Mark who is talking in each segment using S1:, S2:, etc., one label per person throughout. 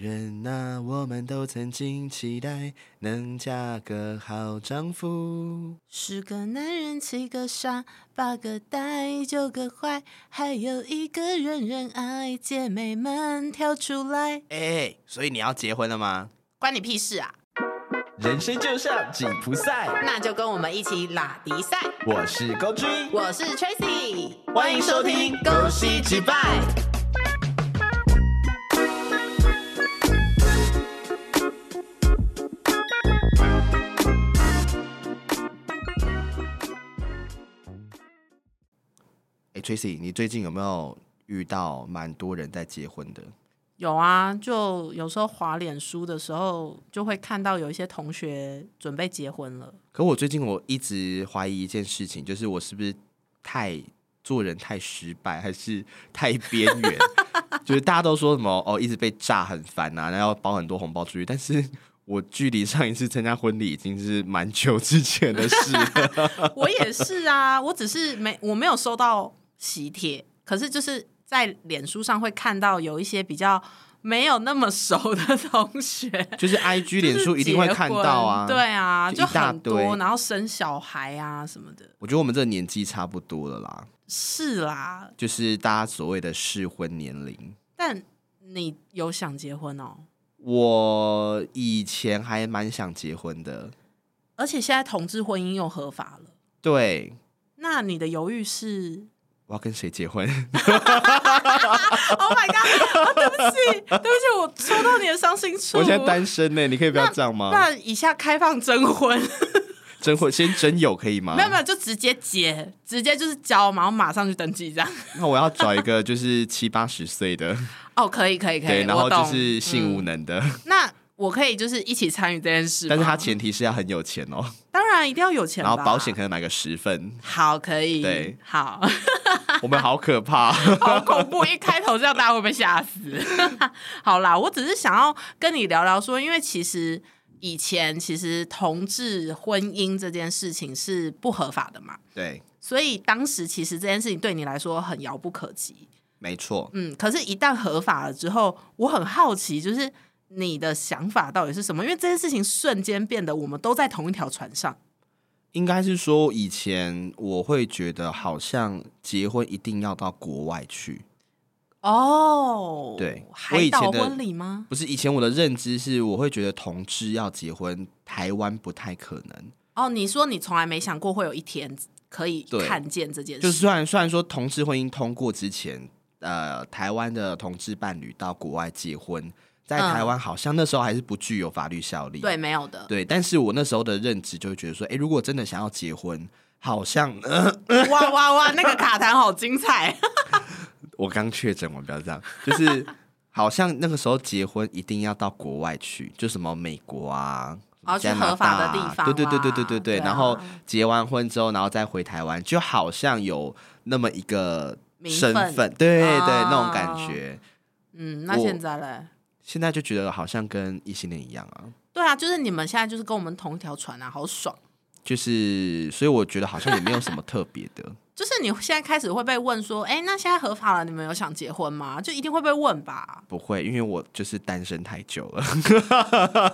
S1: 人呐、我们都曾经期待能嫁个好丈夫。
S2: 十个男人七个傻，八个呆九个坏，还有一个人人爱。姐妹们跳出来，
S1: 哎、所以你要结婚了吗？
S2: 关你屁事啊！
S3: 人生就像锦湖赛，
S2: 那就跟我们一起拉迪赛。
S3: 我是高君，
S2: 我是 Tracy，
S3: 欢迎收听恭喜击败
S1: 哎、t r a c y 你最近有没有遇到蛮多人在结婚的？
S2: 有啊，就有时候滑脸书的时候，就会看到有一些同学准备结婚了。
S1: 可我最近我一直怀疑一件事情，就是我是不是太做人太失败，还是太边缘？ 就是大家都说什么哦，一直被炸很烦啊，然后要包很多红包出去，但是我距离上一次参加婚礼已经是蛮久之前的事了。
S2: 我也是啊，我只是没我没有收到喜帖，可是就是在脸书上会看到有一些比较没有那么熟的同学。
S1: 就是 I G 脸书一定会看到啊。
S2: 就是结婚对，啊，
S1: 就
S2: 就
S1: 一大
S2: 很多，
S1: 堆
S2: 然后生小孩啊什么的，
S1: 我觉得我们这个年纪差不多了啦，
S2: 是啦。
S1: 就是大家所谓的适婚年龄。
S2: 但你有想结婚哦？
S1: 我以前还蛮想结婚的，
S2: 而且现在同志婚姻又合法了，
S1: 对，
S2: 那你的犹豫是
S1: 我要跟谁结婚？
S2: ？Oh my god！、对不起，对不起，我戳到你的伤心 处。
S1: 我现在啊单身呢、你可以不要这样吗？
S2: 那以下开放征婚，
S1: 征婚先征友可以吗
S2: 没？有没有，就直接结，直接就是交嘛，然后马上去登记这样。
S1: 那我要找一个就是七八十岁 的，
S2: 哦，可以可以可以，
S1: 对，然后
S2: 我懂
S1: 就是性无能的，
S2: 那我可以就是一起参与这件事 吗，
S1: 但是他前提是要很有钱哦，
S2: 当然一定要有钱
S1: 然
S2: 吧，，
S1: 后保险可能买个十份
S2: 好可以，
S1: 对，
S2: 好
S1: 我们好可怕。
S2: 好恐怖，一开头这样大家会被吓死。 好啦，我只是想要跟你聊聊说，因为其实以前其实同志婚姻这件事情是不合法的嘛，
S1: 对，
S2: 所以当时其实这件事情对你来说很遥不可及。
S1: 没错，
S2: 嗯，可是，一旦合法了之后，我很好奇，就是你的想法到底是什么？因为这件事情瞬间变得我们都在同一条船上。
S1: 应该是说以前我会觉得好像结婚一定要到国外去，
S2: 哦，
S1: 对我
S2: 海
S1: 以
S2: 岛
S1: 前的
S2: 婚礼吗？
S1: 不是以前我的认知是我会觉得同志要结婚，台湾不太可能。
S2: 哦，你说你从来没想过会有一天可以
S1: 对
S2: 看见这件事，
S1: 就虽然虽然说同志婚姻通过之前，呃，台湾的同志伴侣到国外结婚，在
S2: 嗯
S1: 台湾好像那时候还是不具有法律效力。
S2: 对没有的，
S1: 对，但是我那时候的认知就会觉得说，诶，如果真的想要结婚，好像、呃、
S2: 哇哇哇，那个卡弹好 精彩，
S1: 我刚确诊，我们不要这样，就是 好像那个时候结婚一定要到国外去，就什么美国啊。
S2: 然后去
S1: 加拿
S2: 合法
S1: 大
S2: 的
S1: 啊
S2: 地方
S1: 对对对对对
S2: 啦
S1: 对对。
S2: 对啊
S1: 然后结完婚之后，然后再回台湾，就好像有那么一个
S2: 名
S1: 身
S2: 分
S1: 份，对对，
S2: 啊
S1: 那种感觉。
S2: 嗯，那
S1: 我
S2: 现在嘞？
S1: 现在就觉得好像跟异性恋一样啊，
S2: 对啊，就是你们现在就是跟我们同一条船啊，好爽。
S1: 就是所以我觉得好像也没有什么特别的。
S2: 就是你现在开始会被问说，哎、那现在合法了，你们有想结婚吗？就一定会被问吧。
S1: 不会，因为我就是单身太久了。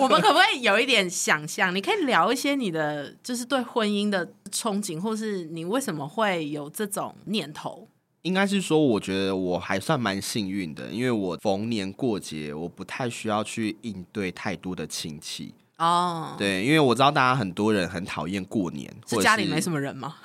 S2: 我们可不可以有一点想象？你可以聊一些你的，就是对婚姻的憧憬，或是你为什么会有这种念头？
S1: 应该是说，我觉得我还算蛮幸运的，因为我逢年过节，我不太需要去应对太多的亲戚。
S2: 哦，
S1: 对，因为我知道大家很多人很讨厌过年，或
S2: 是
S1: 者
S2: 家里没
S1: 么，
S2: 什么人吗？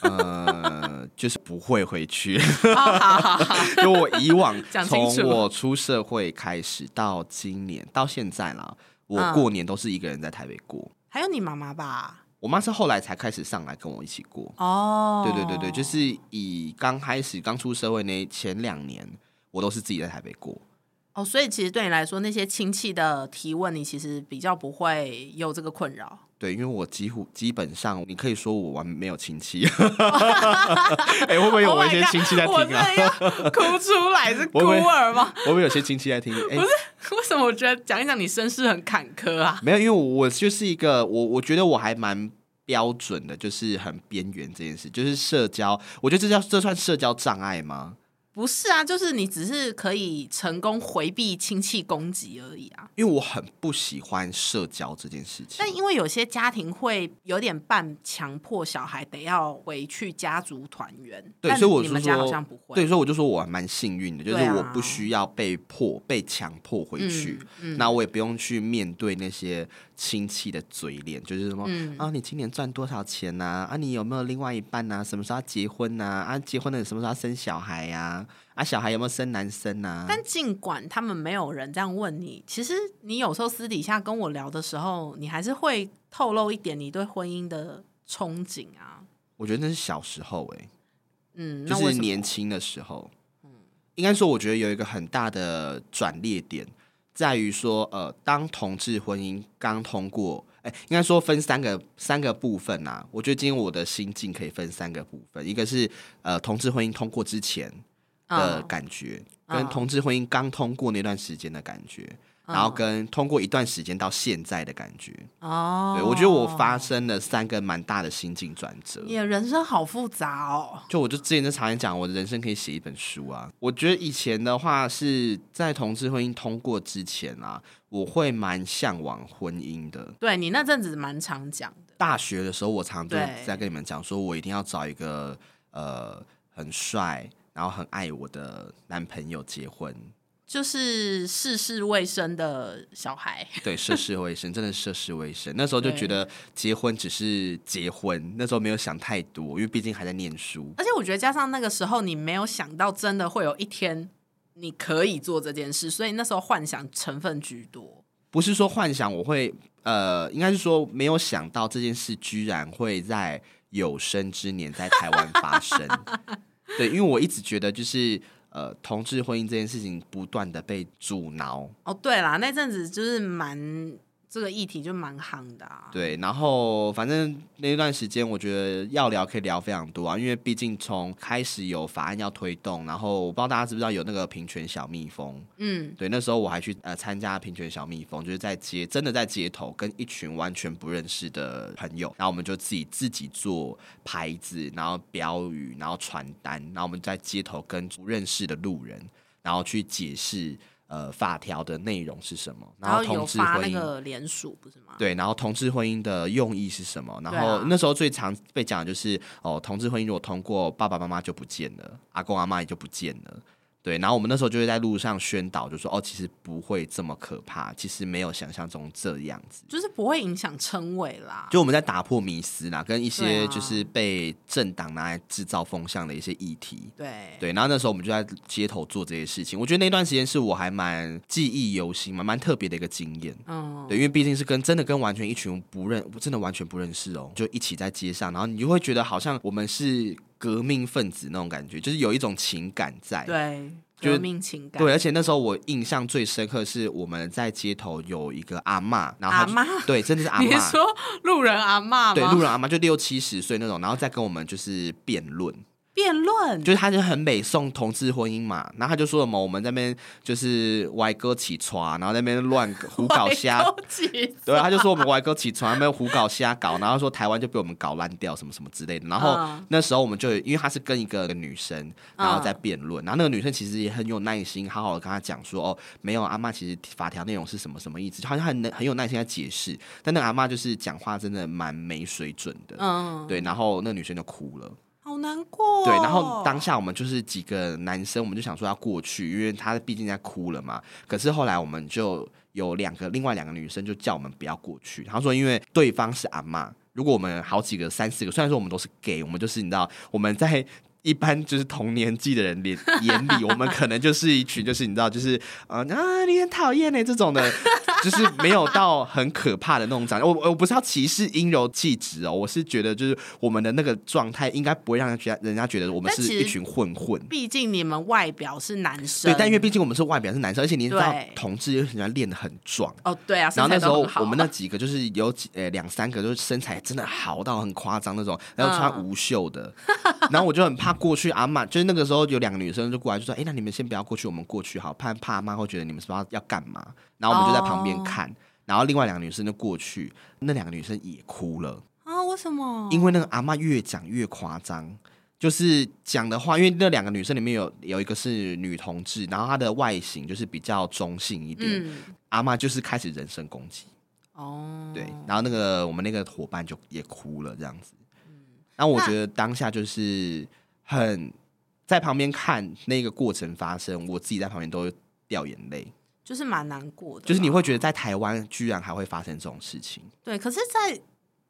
S1: 呃，就是不会回去。
S2: 哦，好好 好，
S1: 因为我以往
S2: 讲清楚
S1: 从我出社会开始到今年到现在啦，
S2: 嗯
S1: 我过年都是一个人在台北过。
S2: 还有你妈妈吧？
S1: 我妈是后来才开始上来跟我一起过。
S2: 哦，
S1: 对对对对，就是以刚开始刚出社会那前两年，我都是自己在台北过。
S2: 哦，所以其实对你来说，那些亲戚的提问，你其实比较不会有这个困扰。
S1: 对，因为我几乎基本上，你可以说我完没有亲 戚。 哎、会不会有
S2: Oh
S1: 我
S2: my
S1: 一些
S2: God，
S1: 亲戚在听
S2: 我真
S1: 啊？
S2: 的要哭出来，是孤
S1: 我以为
S2: 儿吗？
S1: 会不会有些亲戚在听？哎、
S2: 为什么我觉得讲一讲你身世很坎坷啊？
S1: 没有，因为我就是一个我，我觉得我还蛮标准的，就是很边缘这件事，就是社交，我觉得这叫这算社交障碍吗？
S2: 不是啊，就是你只是可以成功回避亲戚攻击而已啊。
S1: 因为我很不喜欢社交这件事情
S2: 但。因为有些家庭会有点半强迫小孩得要回去家族团圆，
S1: 对，
S2: 但
S1: 所以我
S2: 你
S1: 就
S2: 们家好像
S1: 说
S2: 不，会。
S1: 对，所以我就说我还蛮幸运的，就是
S2: 对啊
S1: 我不需要被迫、被强迫回去，
S2: 嗯嗯
S1: 那我也不用去面对那些亲戚的嘴脸，就是什么、
S2: 嗯
S1: 啊，你今年赚多少钱呐、啊？你有没有另外一半呐、什么时候要结婚呐、啊？结婚了什么时候要生小孩呀、啊？小孩有没有生男生啊呐、
S2: 但尽管他们没有人这样问你，其实你有时候私底下跟我聊的时候，你还是会透露一点你对婚姻的憧憬啊。
S1: 我觉得那是小时候哎、
S2: 嗯，
S1: 就
S2: 那为
S1: 是
S2: 什么嗯
S1: 年轻的时候，应该说，我觉得有一个很大的转捩点，在于说，呃，当同志婚姻刚通过，哎、应该说分三个三个部分啊。我觉得今天我的心境可以分三个部分，一个是呃同志婚姻通过之前的
S2: 嗯
S1: 感觉，
S2: 嗯
S1: 跟同志婚姻刚通过那段时间的感觉，
S2: 嗯
S1: 然后跟通过一段时间到现在的感觉。
S2: 哦，
S1: 对我觉得我发生了三个蛮大的心境转折。
S2: 你的人生好复杂哦。
S1: 就我就之前在常常讲，我的人生可以写一本书啊。我觉得以前的话是在同志婚姻通过之前啊，我会蛮向往婚姻的。
S2: 对你那阵子蛮常讲的，
S1: 大学的时候，我常常都
S2: 对
S1: 在跟你们讲，说我一定要找一个呃很帅，然后很爱我的男朋友结婚。
S2: 就是世事未深的小孩，
S1: 对，涉世未深，真的涉世未深。那时候就觉得结婚只是结婚，那时候没有想太多，因为毕竟还在念书。
S2: 而且我觉得加上那个时候你没有想到，真的会有一天你可以做这件事，所以那时候幻想成分居多。
S1: 不是说幻想我会，呃，应该是说没有想到这件事居然会在有生之年在台湾发生。对，因为我一直觉得就是呃，同志婚姻这件事情不断的被阻挠，
S2: 哦，对啦，那阵子就是蛮这个议题就蛮夯的啊。
S1: 对，然后反正那段时间，我觉得要聊可以聊非常多啊，因为毕竟从开始有法案要推动，然后我不知道大家知不知道有那个平权小蜜蜂，
S2: 嗯，
S1: 对，那时候我还去呃参加平权小蜜蜂，就是在街真的在街头跟一群完全不认识的朋友，然后我们就自己自己做牌子，然后标语，然后传单，然后我们在街头跟不认识的路人，然后去解释呃法条的内容是什么，
S2: 然
S1: 后
S2: 后
S1: 同
S2: 有
S1: 志
S2: 发
S1: 婚
S2: 那
S1: 姻。
S2: 个联署不是吗？
S1: 对，然后同志婚姻的用意是什么？然
S2: 对啊
S1: 后那时候最常被讲的就是哦，同志婚姻如果通过，爸爸妈妈就不见了，阿公阿妈也就不见了。对，然后我们那时候就会在路上宣导，就说哦，其实不会这么可怕，其实没有想象中这样子。
S2: 就是不会影响称谓啦。
S1: 就我们在打破迷思啦，跟一
S2: 对
S1: 些
S2: 啊
S1: 就是被政党拿来制造风向的一些议题。
S2: 对
S1: 对，然后那时候我们就在街头做这些事情，我觉得那段时间是我还蛮记忆犹新、蛮蛮特别的一个经验。
S2: 嗯，
S1: 对，因为毕竟是跟真的跟完全一群不认，真的完全不认识哦，就一起在街上，然后你就会觉得好像我们是革命分子那种感觉，就是有一种情感在。
S2: 对，
S1: 就
S2: 革命情感。
S1: 对，而且那时候我印象最深刻是我们在街头有一个阿嬷，然后她就
S2: 阿嬷
S1: 对，真的是阿
S2: 你是
S1: 嬷，
S2: 说路人阿妈吗？
S1: 对，路人阿嬷就六七十岁那种，然后再跟我们就是辩论，
S2: 辩论，
S1: 就是他就很美颂同志婚姻嘛，然后他就说什么我们在那边就是歪哥起床，然后在那边乱胡搞 瞎，
S2: 勾起
S1: 对，他就说我们歪哥起床，他们胡搞瞎搞，然后说台湾就被我们搞烂掉什么什么之类的。然后
S2: 嗯
S1: 那时候我们就因为他是跟一个女生，然后在辩论，然后那个女生其实也很有耐心，好好的跟他讲说哦，没有阿妈，其实法条内容是什么什么意思，好像很很有耐心在解释。但那个阿妈就是讲话真的蛮没水准的，
S2: 嗯，
S1: 对，然后那个女生就哭了。
S2: 好难过哦。
S1: 对，然后当下我们就是几个男生，我们就想说要过去，因为他毕竟在哭了嘛。可是后来我们就有两个，另外两个女生就叫我们不要过去。她说，因为对方是阿嬷，如果我们好几个、三四个，虽然说我们都是 gay，我们就是你知道我们在。一般就是同年纪的人脸 眼里，我们可能就是一群，就是你知道，就是呃啊，你很讨厌呢这种的， 就是没有到很可怕的那种长相。我我不是要歧视阴柔气质哦，我是觉得就是我们的那个状态应该不会让人家人家觉得我们
S2: 但
S1: 是
S2: 其实
S1: 一群混混。
S2: 毕竟你们外表是男生，
S1: 对，但因为毕竟我们是外表是男生，而且你也知道
S2: 对
S1: 同志又喜欢练得很壮。
S2: 哦对啊，
S1: 然后那
S2: 身材
S1: 时
S2: 都
S1: 候
S2: 很好
S1: 我们那几个就是有几呃两三个就是身材真的好到很夸张那种，然后穿
S2: 嗯
S1: 无袖的，然后我就很怕过去阿嬷，就是那个时候有两个女生就过来就说，哎、那你们先不要过去，我们过去好，怕怕阿妈会觉得你们是不是要要干嘛？然后我们就在旁边
S2: 哦
S1: 看，然后另外两个女生就过去，那两个女生也哭了，
S2: 啊，为什么？
S1: 因为那个阿嬷越讲越夸张。就是讲的话，因为那两个女生里面有有一个是女同志，然后她的外形就是比较中性一点，
S2: 嗯，
S1: 阿妈就是开始人身攻击，
S2: 哦，
S1: 对，然后那个我们那个伙伴就也哭了这样子。然后我觉得当下就是很在旁边看那个过程发生，我自己在旁边都会掉眼泪，
S2: 就是蛮难过的啦，
S1: 就是你会觉得在台湾居然还会发生这种事情。
S2: 对，可是在，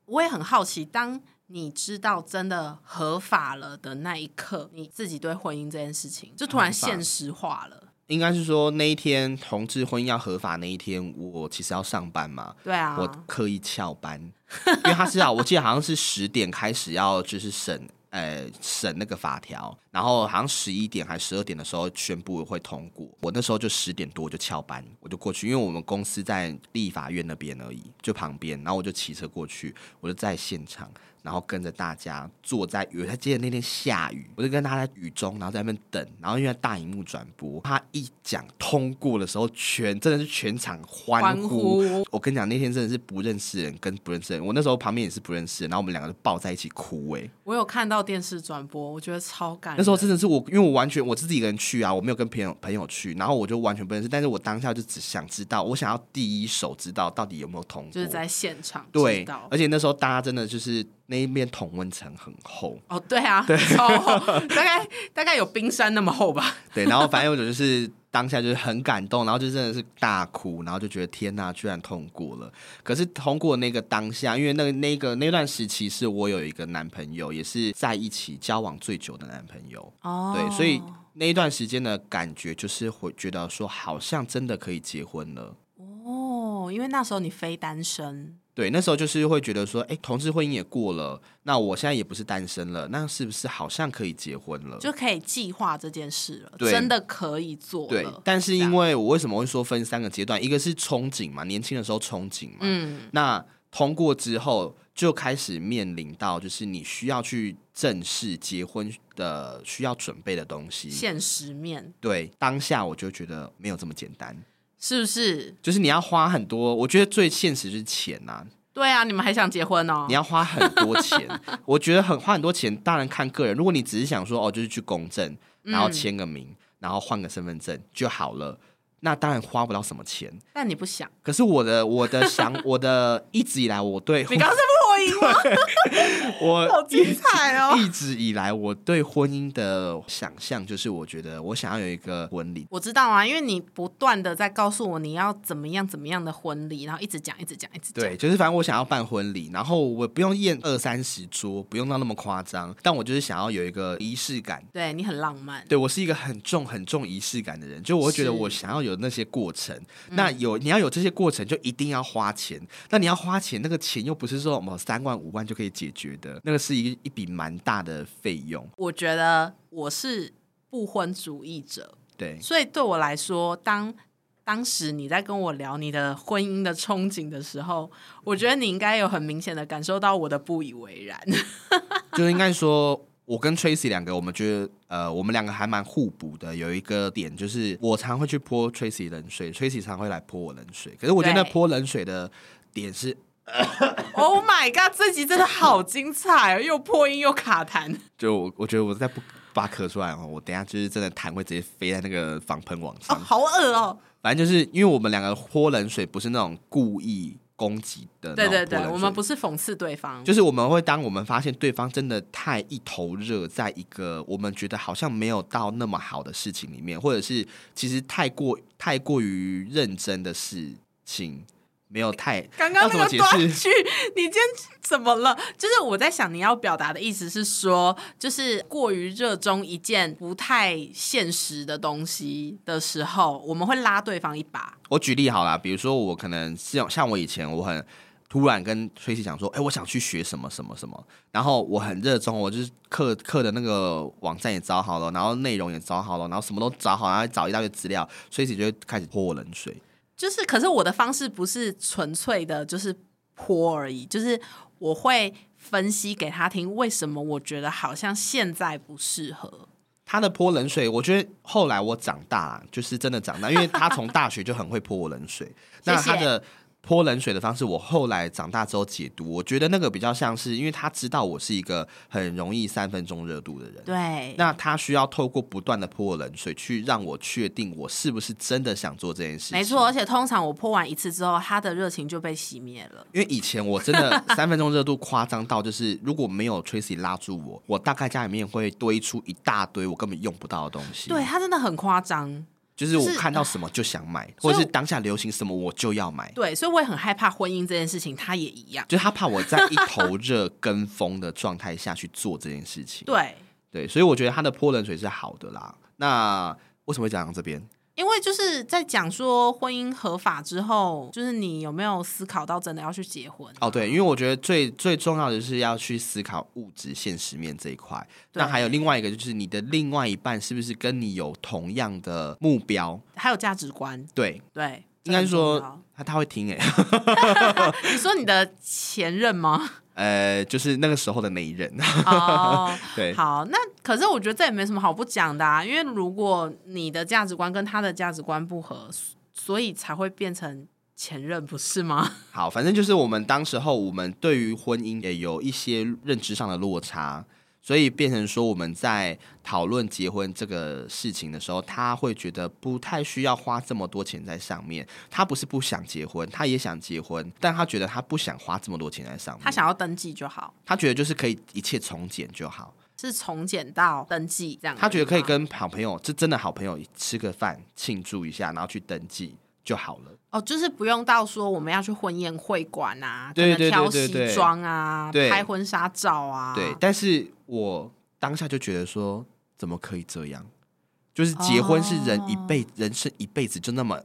S2: 我也很好奇，当你知道真的合法了的那一刻，你自己对婚姻这件事情就突然
S1: 合法
S2: 现实化了。
S1: 应该是说那一天同志婚姻要合法那一天，我其实要上班嘛，
S2: 对啊，
S1: 我刻意翘班，因为他知 道，我记得好像是十点开始要就是审，呃，审那个法条，然后好像十一点还十二点的时候宣布会通过。我那时候就十点多我就翘班，我就过去，因为我们公司在立法院那边而已，就旁边，然后我就骑车过去，我就在现场。然后跟着大家坐在雨，他记得那天下雨，我就跟大家在雨中，然后在那边等，然后因为大荧幕转播，他一讲通过的时候，全真的是全场欢
S2: 欢
S1: 呼，
S2: 呼
S1: 我跟你讲，那天真的是不认识人跟不认识人，我那时候旁边也是不认识人，然后我们两个就抱在一起哭、欸，
S2: 我有看到电视转播，我觉得超感人。
S1: 那时候真的是我，因为我完全我自己一个人去啊，我没有跟朋友朋友去，然后我就完全不认识，但是我当下就只想知道，我想要第一手知道到底有没有通过，
S2: 就是在现场知
S1: 对
S2: 道，
S1: 而且那时候大家真的就是那一面同温层很厚，
S2: 哦，对啊，超厚，大概大概有冰山那么厚吧。
S1: 对，然后反正我就是当下就是很感动，然后就真的是大哭，然后就觉得天呐，居然通过了。可是通过那个当下，因为那个那个那段时期是我有一个男朋友，也是在一起交往最久的男朋友，
S2: 哦
S1: 对，所以那一段时间的感觉就是会觉得说，好像真的可以结婚了。
S2: 哦，因为那时候你非单身，
S1: 对，那时候就是会觉得说，哎，同志婚姻也过了，那我现在也不是单身了，那是不是好像可以结婚了？
S2: 就可以计划这件事了，
S1: 呃对
S2: 真的可以做
S1: 对
S2: 了，。
S1: 但是
S2: 这样
S1: 因为我为什么会说分三个阶段？一个是憧憬嘛，年轻的时候憧憬嘛，
S2: 嗯，
S1: 那通过之后就开始面临到就是你需要去正式结婚的需要准备的东西。
S2: 现实面
S1: 对，当下我就觉得没有这么简单，
S2: 是不是？
S1: 就是你要花很多，我觉得最现实是钱呐、
S2: 对啊，你们还想结婚哦？
S1: 你要花很多 钱，我觉得很花很多钱，当然看个人。如果你只是想说哦，就是去公证，然
S2: 嗯
S1: 后签个名，然后换个身份证就好了，那当然花不到什么钱。
S2: 但你不想，
S1: 可是我的我的 想我的一直以来我对
S2: 你刚刚是破音吗？
S1: 我
S2: 好精彩哦！
S1: 一直以来，我对婚姻的想象就是，我觉得我想要有一个婚礼。
S2: 我知道啊，因为你不断的在告诉我你要怎么样怎么样的婚礼，然后一直讲一直讲一直讲。
S1: 对，就是反正我想要办婚礼，然后我不用宴二三十桌，不用到那么夸张，但我就是想要有一个仪式感。
S2: 对你很浪漫，
S1: 对我是一个很重很重仪式感的人，就我会觉得
S2: 是
S1: 我想要有那些过程。
S2: 嗯
S1: 那有你要有这些过程，就一定要花钱。那你要花钱，那个钱又不是说我们三万五万就可以解决的，那个是一一笔蛮大的费用。
S2: 我觉得我是不婚主义者，
S1: 对，
S2: 所以对我来说，当当时你在跟我聊你的婚姻的憧憬的时候，我觉得你应该有很明显的感受到我的不以为然。
S1: 就是应该说，我跟 Tracy 两个，我们觉得呃，我们两个还蛮互补的。有一个点就是，我常会去泼 Tracy 冷水，Tracy 常会来泼我冷水。可是我觉得
S2: 对
S1: 泼冷水的点是，
S2: oh my god，这集真的好精彩哦，又破音又卡痰。
S1: 就我我觉得我再不把它咳出来哦，我等一下就是真的痰会直接飞在那个防喷网
S2: 哦，
S1: 上。
S2: 好恶哦！
S1: 反正就是因为我们两个泼冷水不是那种故意攻击的那
S2: 对
S1: 种泼
S2: 对
S1: 冷水，
S2: 对，我们不是讽刺对方，
S1: 就是我们会当我们发现对方真的太一头热，在一个我们觉得好像没有到那么好的事情里面，或者是其实太过太过于认真的事情，没有太
S2: 刚刚
S1: 要
S2: 那
S1: 怎么
S2: 个
S1: 解
S2: 断
S1: 释？
S2: 句，你今天怎么了？就是我在想，你要表达的意思是说，就是过于热衷一件不太现实的东西的时候，我们会拉对方一把。
S1: 我举例好啦，比如说我可能像像我以前我很。突然跟崔西讲说，哎、我想去学什么什么什么，然后我很热衷，我就是课课的那个网站也找好了，然后内容也找好了，然后什么都找好，然后找一大堆资料，崔西就会开始泼我冷水。
S2: 就是，可是我的方式不是纯粹的，就是泼而已，就是我会分析给他听，为什么我觉得好像现在不适合。
S1: 他的泼冷水，我觉得后 来我长大了，就是真的长大，因为他从大学就很会泼我冷水。那他的泼冷水的方式，我后来长大之后解读，我觉得那个比较像是，因为他知道我是一个很容易三分钟热度的人，
S2: 对，
S1: 那他需要透过不断的泼我冷水，去让我确定我是不是真的想做这件事情。
S2: 没错，，而且通常我泼完一次之后，他的热情就被熄灭了。
S1: 因为以前我真的三分钟热度夸张到，就是如果没有 Tracy 拉住我，我大概家里面会堆出一大堆我根本用不到的东西。
S2: 对，他真的很夸张，
S1: 就是我
S2: 就是啊
S1: 看到什么就想买，或
S2: 所以
S1: 者是
S2: 我
S1: 当下流行什么我就要买。
S2: 对，所以我也很害怕婚姻这件事情，他也一样。
S1: 就是他怕我在一 头热跟风的状态下去做这件事情。
S2: 对，
S1: 对，所以我觉得他的泼冷水是好的啦。那为什么会讲到这边？
S2: 因为就是在讲说婚姻合法之后，就是你有没有思考到真的要去结婚？
S1: 哦，对，因为我觉得最最重要的是要去思考物质现实面这一块。
S2: 对
S1: 那还有另外一个就是你的另外一半是不是跟你有同样的目标？
S2: 还有价值观，
S1: 对，
S2: 对，
S1: 应该
S2: 这很重
S1: 说
S2: 要
S1: 他他会听诶、欸
S2: 你说你的前任吗？
S1: 呃，就是那个时候的那一任。
S2: 哦，
S1: 对，
S2: 好，那可是我觉得这也没什么好不讲的啊，因为如果你的价值观跟他的价值观不合，所以才会变成前任，不是吗？
S1: 好，反正就是我们当时候，我们对于婚姻也有一些认知上的落差，所以变成说我们在讨论结婚这个事情的时候，他会觉得不太需要花这么多钱在上面。他不是不想结婚，他也想结婚，但他觉得他不想花这么多钱在上面。
S2: 他想要登记就好，
S1: 他觉得就是可以一切从简就好。
S2: 是从简到登记这样而已啊吗。
S1: 他觉得可以跟好朋友，这真的好朋友吃个饭庆祝一下，然后去登记就好了。
S2: 哦，就是不用到说我们要去婚宴会馆啊，
S1: 对
S2: 可能
S1: 对对
S2: 挑
S1: 对对
S2: 西装啊，
S1: 对
S2: 拍婚纱照啊，
S1: 对，但是我当下就觉得说，怎么可以这样？就是结婚是人一
S2: 哦
S1: 辈、人生一辈子就那么，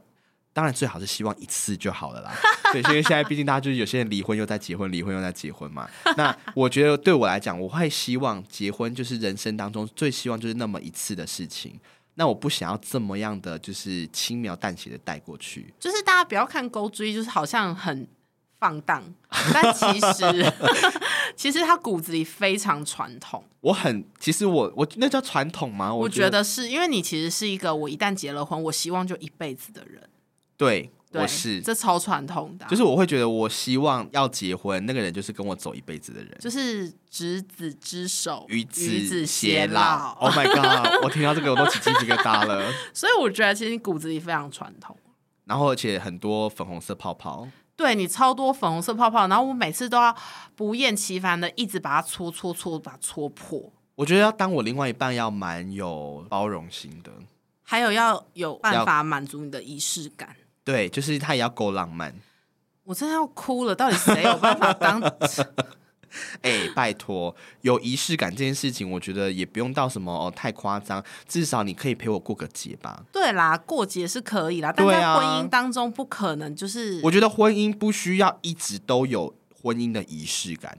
S1: 当然最好是希望一次就好了啦。对，因为现在毕竟大家就是有些人离婚又在结婚，离婚又在结婚嘛。那我觉得对我来讲，我会希望结婚就是人生当中最希望就是那么一次的事情。那我不想要这么样的，就是轻描淡写的带过去。
S2: 就是大家不要看勾追，就是好像很放荡，但其实 其实他骨子里非常传统。
S1: 我很，其实我我那叫传统吗？
S2: 我
S1: 觉
S2: 觉得是因为你其实是一个我一旦结了婚，我希望就一辈子的人。
S1: 对，
S2: 对，
S1: 我是
S2: 这超传统的啊、
S1: 就是我会觉得，我希望要结婚，那个人就是跟我走一辈子的人，
S2: 就是执子之手，
S1: 与
S2: 与
S1: 子
S2: 偕
S1: 偕老。Oh my god！我听到这个我都起鸡皮疙瘩了。
S2: 所以我觉得其实你骨子里非常传统。
S1: 然后而且很多粉红色泡泡，
S2: 对你超多粉红色泡泡，然后我每次都要不厌其烦的一直把它搓搓搓，把它搓破。
S1: 我觉得要当我另外一半要蛮有包容心的，
S2: 还有要有办
S1: 要
S2: 法满足你的仪式感。
S1: 对，就是他也要够浪漫。
S2: 我真的要哭了，到底谁有办法当？
S1: 哎、拜托，有仪式感这件事情，我觉得也不用到什么哦太夸张，至少你可以陪我过个节吧。
S2: 对啦，过节是可以啦，但
S1: 对
S2: 在
S1: 啊
S2: 婚姻当中不可能就是
S1: 我觉得婚姻不需要一直都有婚姻的仪式感，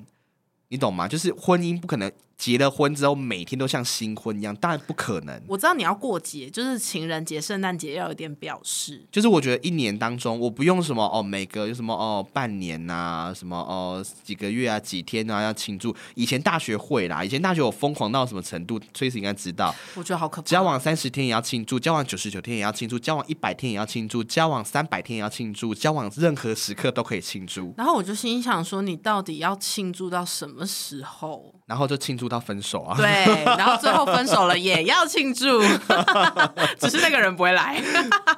S1: 你懂吗？就是婚姻不可能结了婚之后每天都像新婚一样，当然不可能。
S2: 我知道你要过节，就是情人节、圣诞节要有点表示。
S1: 就是我觉得一年当中，我不用什么哦，每个有什么哦，半年呐、什么哦，几个月啊，几天啊要庆祝。以前大学会啦，以前大学我疯狂到什么程度崔 r 应该知道，
S2: 我觉得好可怕。
S1: 交往三十天也要庆祝，交往九十九天也要庆祝，交往一百天也要庆祝，交往三百天也要庆祝，交往任何时刻都可以庆祝，
S2: 然后我就心想说，你到底要庆祝到什么 时候？
S1: 然后就庆祝到分手啊。
S2: 对，然后最后分手了也要 庆祝，只是那个人不会来。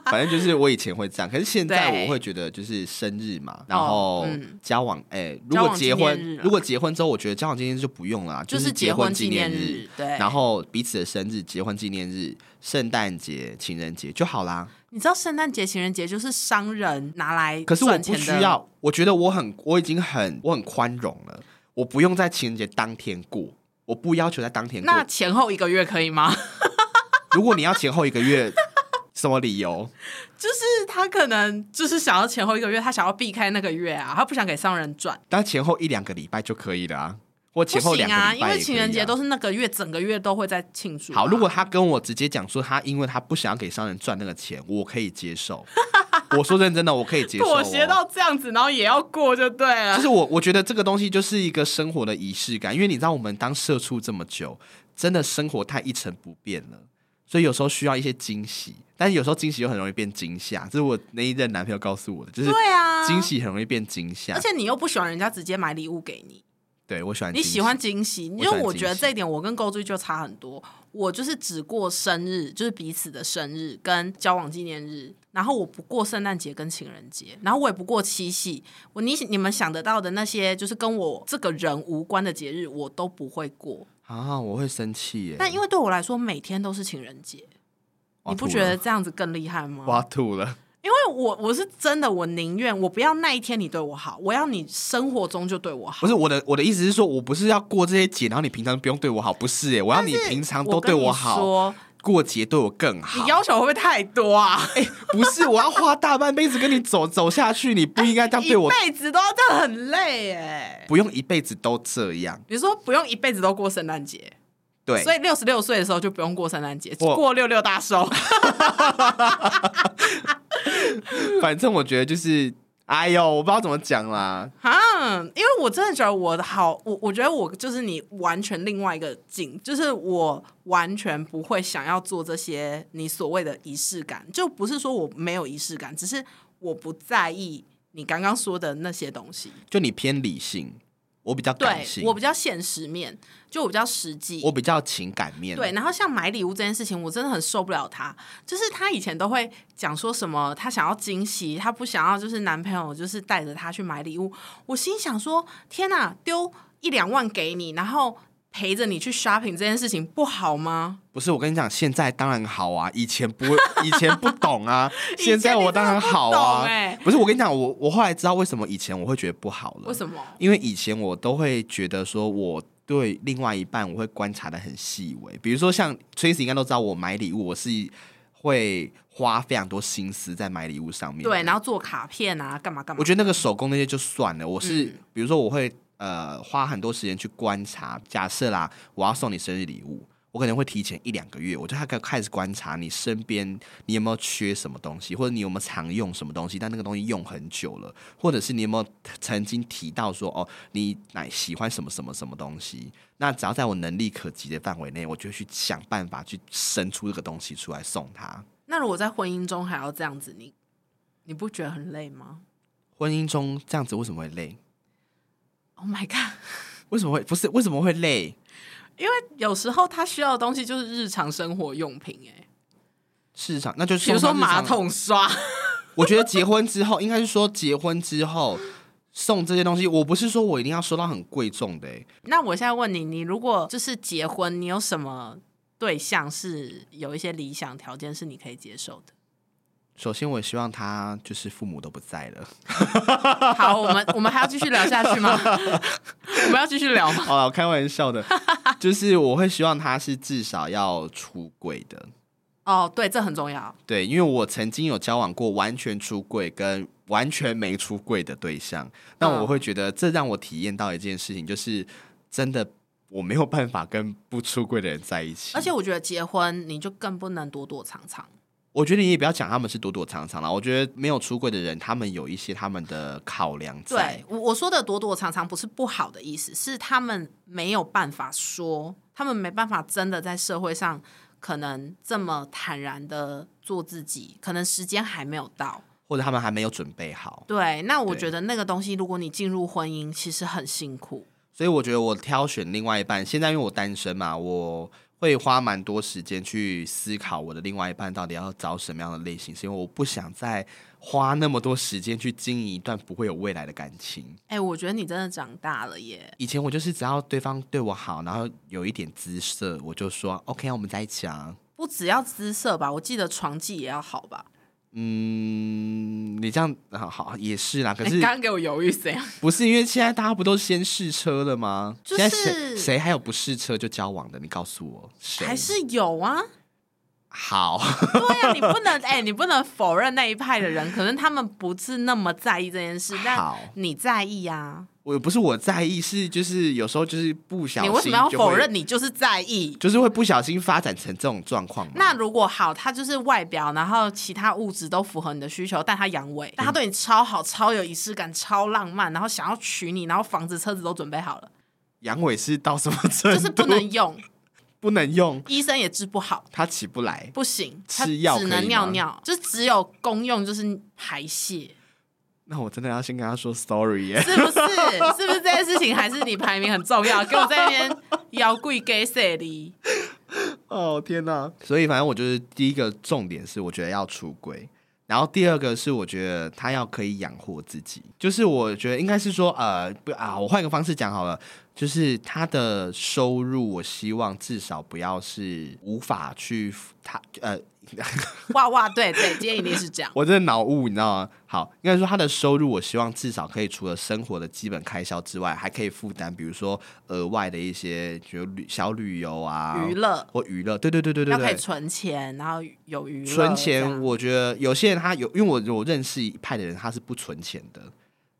S1: 反正就是我以前会这样，可是现在
S2: 对
S1: 我会觉得就是生日嘛，然后
S2: 嗯
S1: 交往，哎、如
S2: 交
S1: 果
S2: 往
S1: 结
S2: 纪念
S1: 婚
S2: 日，啊
S1: 如果结婚之后，我觉得交往纪念日就不用了啊，
S2: 就是
S1: 是
S2: 结
S1: 结
S2: 婚纪
S1: 纪
S2: 念
S1: 念
S2: 日对
S1: 然后彼此的生日、结婚纪念日、圣诞节、情人节就好啦。
S2: 你知道圣诞节、情人节就是商人拿来
S1: 可是我
S2: 赚
S1: 不
S2: 钱
S1: 需
S2: 的，
S1: 要，我觉得我很，我已经很，我很宽容了，我不用在情人节当天过，我不要求在当天过
S2: 那。前后一个月可以吗？
S1: 如果你要前后一个月，什么理由？
S2: 就是他可能就是想要前后一个月，他想要避开那个月啊，他不想给商人赚。
S1: 但前后一两个礼拜就可以了啊，或前后
S2: 不
S1: 两
S2: 行
S1: 个
S2: 啊，
S1: 礼
S2: 因
S1: 拜、
S2: 为情人节都。是那个月，整个月都会在庆祝啊、
S1: 好，如果他跟我直接讲说他因为他不想要给商人赚那个钱，我可以接 受。我说认真的，我可以接受、
S2: 妥
S1: 哦。
S2: 协到这样子，然后也要过就对了。
S1: 就是我，我觉得这个东西就是一个生活的仪式感，因为你知道我们当社畜这么久，真的生活太一成不变了，所以有时候需要一些惊喜，但是有时候惊喜又很容易变惊吓，这是我那一任男朋友告诉我的，就是
S2: 对啊，
S1: 惊，喜很容易变惊吓。
S2: 而且你又不喜欢人家直接买礼物给你，
S1: 对我喜欢
S2: 你
S1: 惊喜
S2: 喜欢惊喜，因
S1: 我喜
S2: 为
S1: 欢
S2: 我
S1: 惊
S2: 觉得
S1: 喜
S2: 这一点我跟勾追就差很多。我就是只过生日，就是彼此的生日跟交往纪念日，然后我不过圣诞节跟情人节，然后我也不过七夕。我你你们想得到的那些就是跟我这个人无关的节日，我都不会过。
S1: 啊，我会生气耶。
S2: 但因为对我来说，每天都是情人节，
S1: 哇
S2: 你不
S1: 吐
S2: 觉
S1: 了
S2: 得这样子更厉害吗？
S1: 我要吐了？
S2: 因为我我是真的，我宁愿我不要那一天你对我好，我要你生活中就对我好
S1: 不。是我的，我的意思是说，我不是要过这些节，然后你平常不用对我好，不是欸耶，我要你平常都对我
S2: 我跟
S1: 好，
S2: 你说
S1: 过节对我更好哎
S2: 你。要求会不会太多啊？
S1: 不是，我要花大半辈子跟你走走下去，你不应该这样对我，
S2: 一辈子都要这样很累哎。
S1: 不用一辈子都这样。
S2: 比如说，不用一辈子都过圣诞节，
S1: 对，
S2: 所以六十六岁的时候就不用过圣诞节，
S1: 我
S2: 过六六大寿。
S1: 反正我觉得就是，哎呦，我不知道怎么讲啦。
S2: 啊，因为我真的觉得我的好，我我觉得我就是你完全另外一个境，就是我完全不会想要做这些你所谓的仪式感，就不是说我没有仪式感，只是我不在意你刚刚说的那些东西。
S1: 就你偏理性，我比较感
S2: 对
S1: 性，
S2: 我比较现实面，就我比较实际，
S1: 我比较情感面。
S2: 对，，然后像买礼物这件事情，我真的很受不了他。就是他以前都会讲说什么，他想要惊喜，他不想要就是男朋友就是带着他去买礼物。我心想说，天哪、丢一两万给你，然后陪着你去 shopping 这件事情不好吗？
S1: 不是我跟你讲，现在当然好啊，以前 不会，以前不懂啊，
S2: 以
S1: 现
S2: 前
S1: 在我当然好啊。
S2: 你真的不懂欸
S1: 不是我跟你讲，我我后来知道为什么以前我会觉得不好了，
S2: 为什么？
S1: 因为以前我都会觉得说我。对另外一半，我会观察的很细微。比如说，像 Tracy 应该都知道，我买礼物我是会花非常多心思在买礼物上面的。
S2: 对，然后做卡片啊，干嘛干嘛？
S1: 我觉得那个手工那些就算了，我是、
S2: 嗯
S1: 比如说我会呃花很多时间去观察，假设啦，我要送你生日礼物，我可能会提前一两个月，我就大概开始观察你身边你有没有缺什么东西，或者你有没有常用什么东西，但那个东西用很久了，或者是你有没有曾经提到说哦，你哪喜欢什么什么什么东西？那只要在我能力可及的范围内，我就去想办法去生出这个东西出来送他。
S2: 那如果在婚姻中还要这样子，你你不觉得很累吗
S1: 婚姻中这样子为什么会累？
S2: ？Oh my god！
S1: 为什么会不是？为什么会累？
S2: 因为有时候他需要的东西就是日常生活用品、哎，
S1: 市场，那就是
S2: 比如说
S1: 送他日
S2: 马
S1: 常。
S2: 桶刷。
S1: 我觉得结婚之后，应该是说结婚之后送这些东西，我不是说我一定要收到很贵重的、欸，
S2: 那我现在问你，你如果就是结婚，你有什么对象是有一些理想条件是你可以接受 的？
S1: 首先，我也希望他就是父母都不在 了。
S2: 好，我们我们还要继续聊下去吗？ 我们要继续聊吗？
S1: 好了，我开玩笑的，就是我会希望他是至少要出柜的，
S2: 哦，对，这很重要。
S1: 对，因为我曾经有交往过完全出柜跟完全没出柜的对象，那
S2: 嗯
S1: 我会觉得这让我体验到一件事情，就是真的我没有办法跟不出柜的人在一起，
S2: 而且我觉得结婚你就更不能躲躲藏藏。
S1: 我觉得你也不要讲他们是躲躲藏藏啦。我觉得没有出柜的人，他们有一些他们的考量在
S2: 对。我我说的躲躲藏藏不是不好的意思，是他们没有办法说，他们没办法真的在社会上可能这么坦然的做自己，可能时间还没有到。
S1: 或者他们还没有准备好。
S2: 对，那我
S1: 对
S2: 觉得那个东西，如果你进入婚姻，其实很辛苦。
S1: 所以我觉得我挑选另外一半，现在因为我单身嘛，我会花蛮多时间去思考我的另外一半到底要找什么样的类型，是因为我不想再花那么多时间去经营一段不会有未来的感情。
S2: 哎、我觉得你真的长大了耶！
S1: 以前我就是只要对方对我好，然后有一点姿色，我就说 OK 啊，我们在一起啊。
S2: 不只要姿色吧，我记得床技也要好吧。
S1: 嗯，你这样好好也是啦，可
S2: 哎
S1: 是
S2: 刚刚给我犹豫 谁啊？
S1: 不是因为现在大家不都先试车了吗？
S2: 就
S1: 现
S2: 是
S1: 在谁谁还有不试车就交往的？你告诉我，谁
S2: 还是有啊？
S1: 好？
S2: 对啊，你不能哎、你不能否认那一派的人，可能他们不是那么在意这件事，但
S1: 好
S2: 你在意啊。
S1: 我不是我在意，是就是有时候就是不小
S2: 你
S1: 心，
S2: 为什么要否认？？你就是在意。
S1: 就是会不小心发展成这种状况嘛。
S2: 那如果好，他就是外表，然后其他物质都符合你的需求，但他阳
S1: 嗯
S2: 痿，但他对你超好、超有仪式感、超浪漫，然后想要 娶你，然后房子、车子都准备好了，
S1: 阳痿是到什么程度？
S2: 就是不能用。
S1: 不能用，
S2: 医生也治不好，
S1: 它起不来。
S2: 不行，它
S1: 吃药
S2: 只
S1: 可以
S2: 能
S1: 吗
S2: 尿尿，就只有公用就是排泄，
S1: 那我真的要先跟他说 sorry 耶、
S2: 是不 是？是不是这件事情还是你排名很重要？给我在那边摇柜给谁哩？
S1: 哦天哪！所以反正我就是第一个重点是，我觉得要出轨。然后第二个是，我觉得他要可以养活自己，就是我觉得应该是说，呃，不啊，我换个方式讲好了，就是他的收入，我希望至少不要是无法去他呃，
S2: 哇哇，对对，今天一定是这样。
S1: 我真的脑雾，你知道吗？好，应该说他的收入，我希望至少可以除了生活的基本开销之外，还可以负担，比如说额外的一些，比如旅小旅游啊，
S2: 娱乐
S1: 或娱乐，对对对对对
S2: 要可以
S1: 对。
S2: 存钱，然后有娱乐。
S1: 存
S2: 这
S1: 钱，
S2: 样
S1: 我觉得有些人他有，因为我我认识一派的人，他是不存钱的，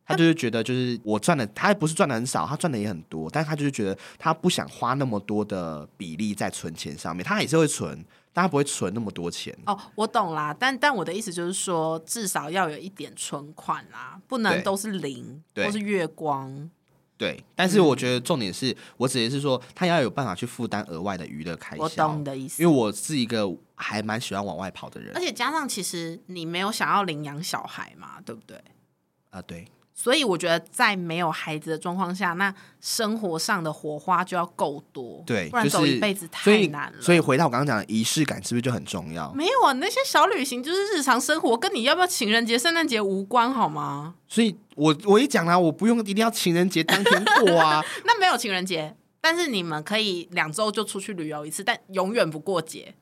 S1: 他就是觉得就是我赚的，他不是赚的很少，他赚的也很多，但他就是觉得他不想花那么多的比例在存钱上面，他也是会存，但他不会存那么多钱。
S2: 哦，我懂啦，但但我的意思就是说，至少要有一点存款啦，不能
S1: 对
S2: 都是零，
S1: 对
S2: 都是月光。
S1: 对，但是
S2: 嗯
S1: 我觉得重点是、我只是说他要有办法去负担额外的娱乐开销。
S2: 我懂你的哎意思
S1: 因为我是一个还蛮喜欢往外跑的人
S2: 而
S1: 啊、
S2: 且加上，其实你没有想要领养小孩嘛，对不对？
S1: 啊对，
S2: 所以我觉得，在没有孩子的状况下，那生活上的火花就要够多，
S1: 对，
S2: 不然
S1: 就是
S2: 走一辈子
S1: 所
S2: 太
S1: 以
S2: 难了。
S1: 所以回到我刚刚讲的仪式感，是不是就很重要？
S2: 没有啊，那些小旅行就是日常生活，跟你要不要情人节、圣诞节无关，好吗？
S1: 所以我我一讲啦、我不用一定要情人节当天过啊，
S2: 那没有情人节，但是你们可以两周就出去旅游一次，但永远不过节。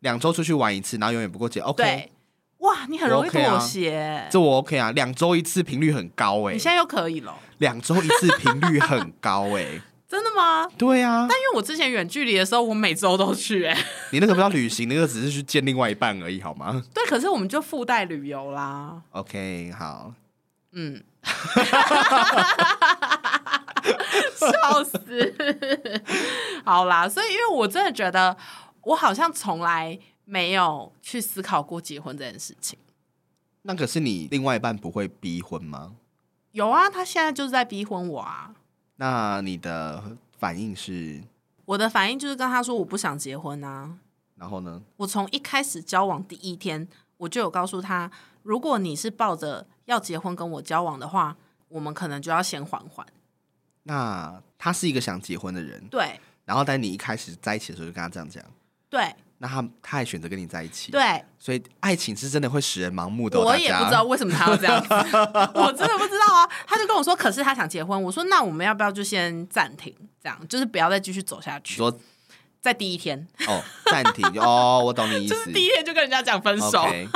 S1: 两周出去玩一次，然后永远不过节。OK，
S2: 对，哇，你很容
S1: 我
S2: 易
S1: OK 啊
S2: 妥协。
S1: 这我 OK 啊，两周一次频率很高哎、
S2: 你现在又可以了，
S1: 两周一次频率很高哎、
S2: 真的吗？
S1: 对啊，
S2: 但因为我之前远距离的时候，我每周都去、哎，
S1: 你那个不叫旅行，那个只是去见另外一半而已，好吗
S2: 对，可是我们就附带旅游啦，
S1: ？OK，好，
S2: 嗯， 笑死， 好啦，所以因为我真的觉得，我好像从来没有去思考过结婚这件事情。
S1: 那可是你另外一半不会逼婚吗？
S2: 有啊，他现在就是在逼婚我啊。
S1: 那你的反应是，
S2: 我的反应就是跟他说我不想结婚啊。
S1: 然后呢？
S2: 我从一开始交往第一天，我就有告诉他，如果你是抱着要结婚跟我交往的话，我们可能就要先缓缓。
S1: 那他是一个想结婚的人，
S2: 对
S1: 然后但你一开始在一起的时候就跟他这样讲，
S2: 对
S1: 那他他还选择跟你在一起，，
S2: 对，
S1: 所以爱情是真的会使人盲目的、哦，
S2: 我
S1: 大
S2: 也
S1: 家
S2: 不知道为什么他要这样 子，我真的不知道啊。他就跟我说，可是他想结婚。我说那我们要不要就先暂停，这样就是不要再继续走下
S1: 你
S2: 去。
S1: 说
S2: 在第一天，
S1: 哦，暂停， 哦，我懂你意
S2: 就
S1: 思
S2: 是第一天就跟人家讲分手。
S1: ，OK，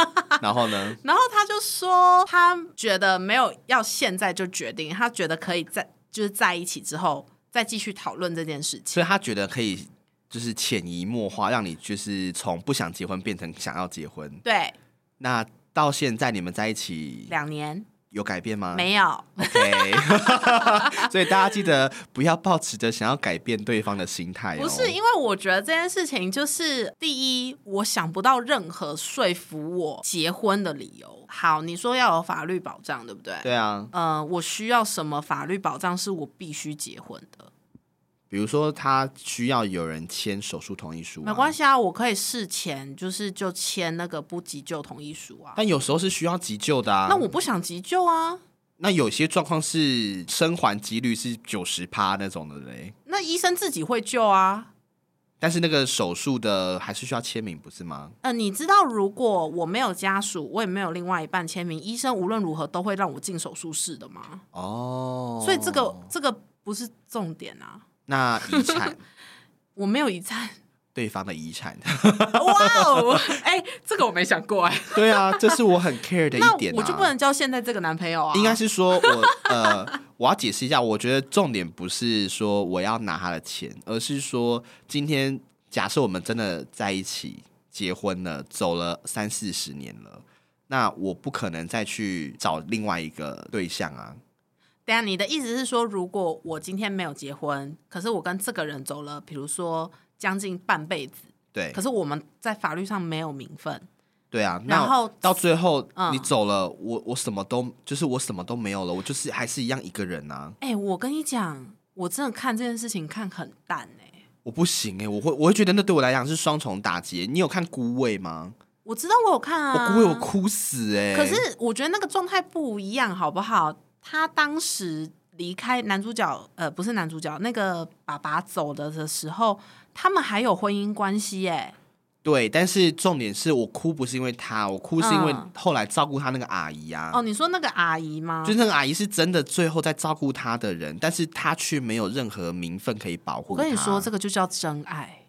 S1: 然后呢？
S2: 然后他就说，他觉得没有要现在就决定，他觉得可以在就是在一起之后再继续讨论这件事情。
S1: 所以他觉得可以，就是潜移默化，让你就是从不想结婚变成想要结婚。
S2: 对，
S1: 那到现在你们在一起
S2: 两年、
S1: 有改变吗？
S2: 啊没有，
S1: OK，所以大家记得不要抱持着想要改变对方的心态、哦。
S2: 不是因为我觉得这件事情就是第一，我想不到任何说服我结婚的理由。好，你说要有法律保障，对不对？
S1: 对啊，
S2: 呃，我需要什么法律保障是我必须结婚的？
S1: 比如说他需要有人签手术同意书、
S2: 没关
S1: 系，
S2: 系啊，我可以事前就是就签那个不急救同意书啊。
S1: 但有时候是需要急救的啊。
S2: 那我不想急救啊，
S1: 那有些状况是生还几率是九十趴那种的嘞，
S2: 那医生自己会救啊。
S1: 但是那个手术的还是需要签名，不是吗？
S2: 呃，你知道，如果我没有家属，我也没有另外一半签名，医生无论如何都会让我进手术室的嘛。
S1: 哦，
S2: 所以这个这个不是重点啊，
S1: 那遗产
S2: 我没有遗产。
S1: 对方的遗产，
S2: 哇哦，哎，这个我没想过哎、
S1: 对啊，这是我很 care 的
S2: 那
S1: 一点、啊。
S2: 我就不能交现在这个男朋友啊。
S1: 应该是说我呃，我要解释一下，我觉得重点不是说我要拿他的钱，而是说今天假设我们真的在一起结婚了，走了三四十年了，那我不可能再去找另外一个对象啊。
S2: 等一下，你的意思是说，如果我今天没有结婚，可是我跟这个人走了，比如说将近半辈子，
S1: 对
S2: 可，是我们在法律上没有名分，
S1: 对啊，
S2: 然
S1: 那
S2: 后
S1: 到最后、
S2: 嗯
S1: 你走了，我我什么都就是我什么都没有了，我就是还是一样一个人啊。
S2: 哎、我跟你讲，我真的看这件事情看很淡哎、
S1: 我不行哎、我会我会觉得那对我来讲是双重打击。欸你有看《孤味》吗？
S2: 我知道我有看
S1: 我
S2: 啊，
S1: 《孤味》我哭死哎、
S2: 可是我觉得那个状态不一样，好不好？他当时离开男主角，呃，不是男主角，那个爸爸走了的时候，他们还有婚姻关系耶。
S1: 对，但是重点是我哭不是因为他，我哭是因为
S2: 嗯
S1: 后来照顾他那个阿姨啊。
S2: 哦，你说那个阿姨吗？
S1: 就是那个阿姨是真的最后在照顾他的人，但是他却没有任何名分可以保护。
S2: 我跟你说，这
S1: 个，
S2: 个就叫真爱。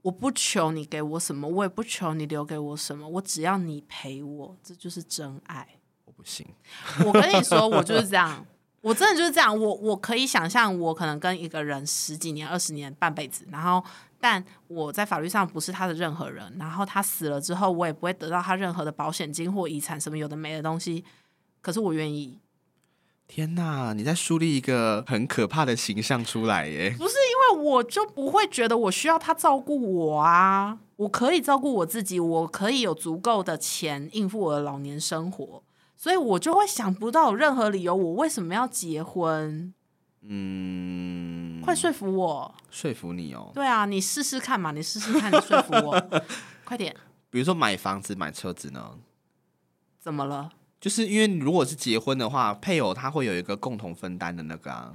S2: 我不求你给我什么，我也不求你留给我什么，我只要你陪我，这就是真爱。
S1: 我不行。
S2: 我跟你说，我就是这样，我真的就是这样。我我可以想象，我可能跟一个人十几年、二十年、半辈子，然后但我在法律上不是他的任何人，然后他死了之后，我也不会得到他任何的保险金或遗产什么有的没的东西。可是我愿意，
S1: 天呐，你在树立一个很可怕的形象出来欸耶！
S2: 不是因为我就不会觉得我需要他照顾我啊，我可以照顾我自己，我可以有足够的钱应付我的老年生活，所以我就会想不到有任何理由我为什么要结婚。
S1: 嗯，
S2: 快说服我！
S1: 说服你哦。
S2: 对啊，你试试看嘛，你试试看，你说服我，快点！
S1: 比如说买房子、买车子呢，
S2: 怎么了？
S1: 就是因为如果是结婚的话，配偶他会有一个共同分担的那个啊，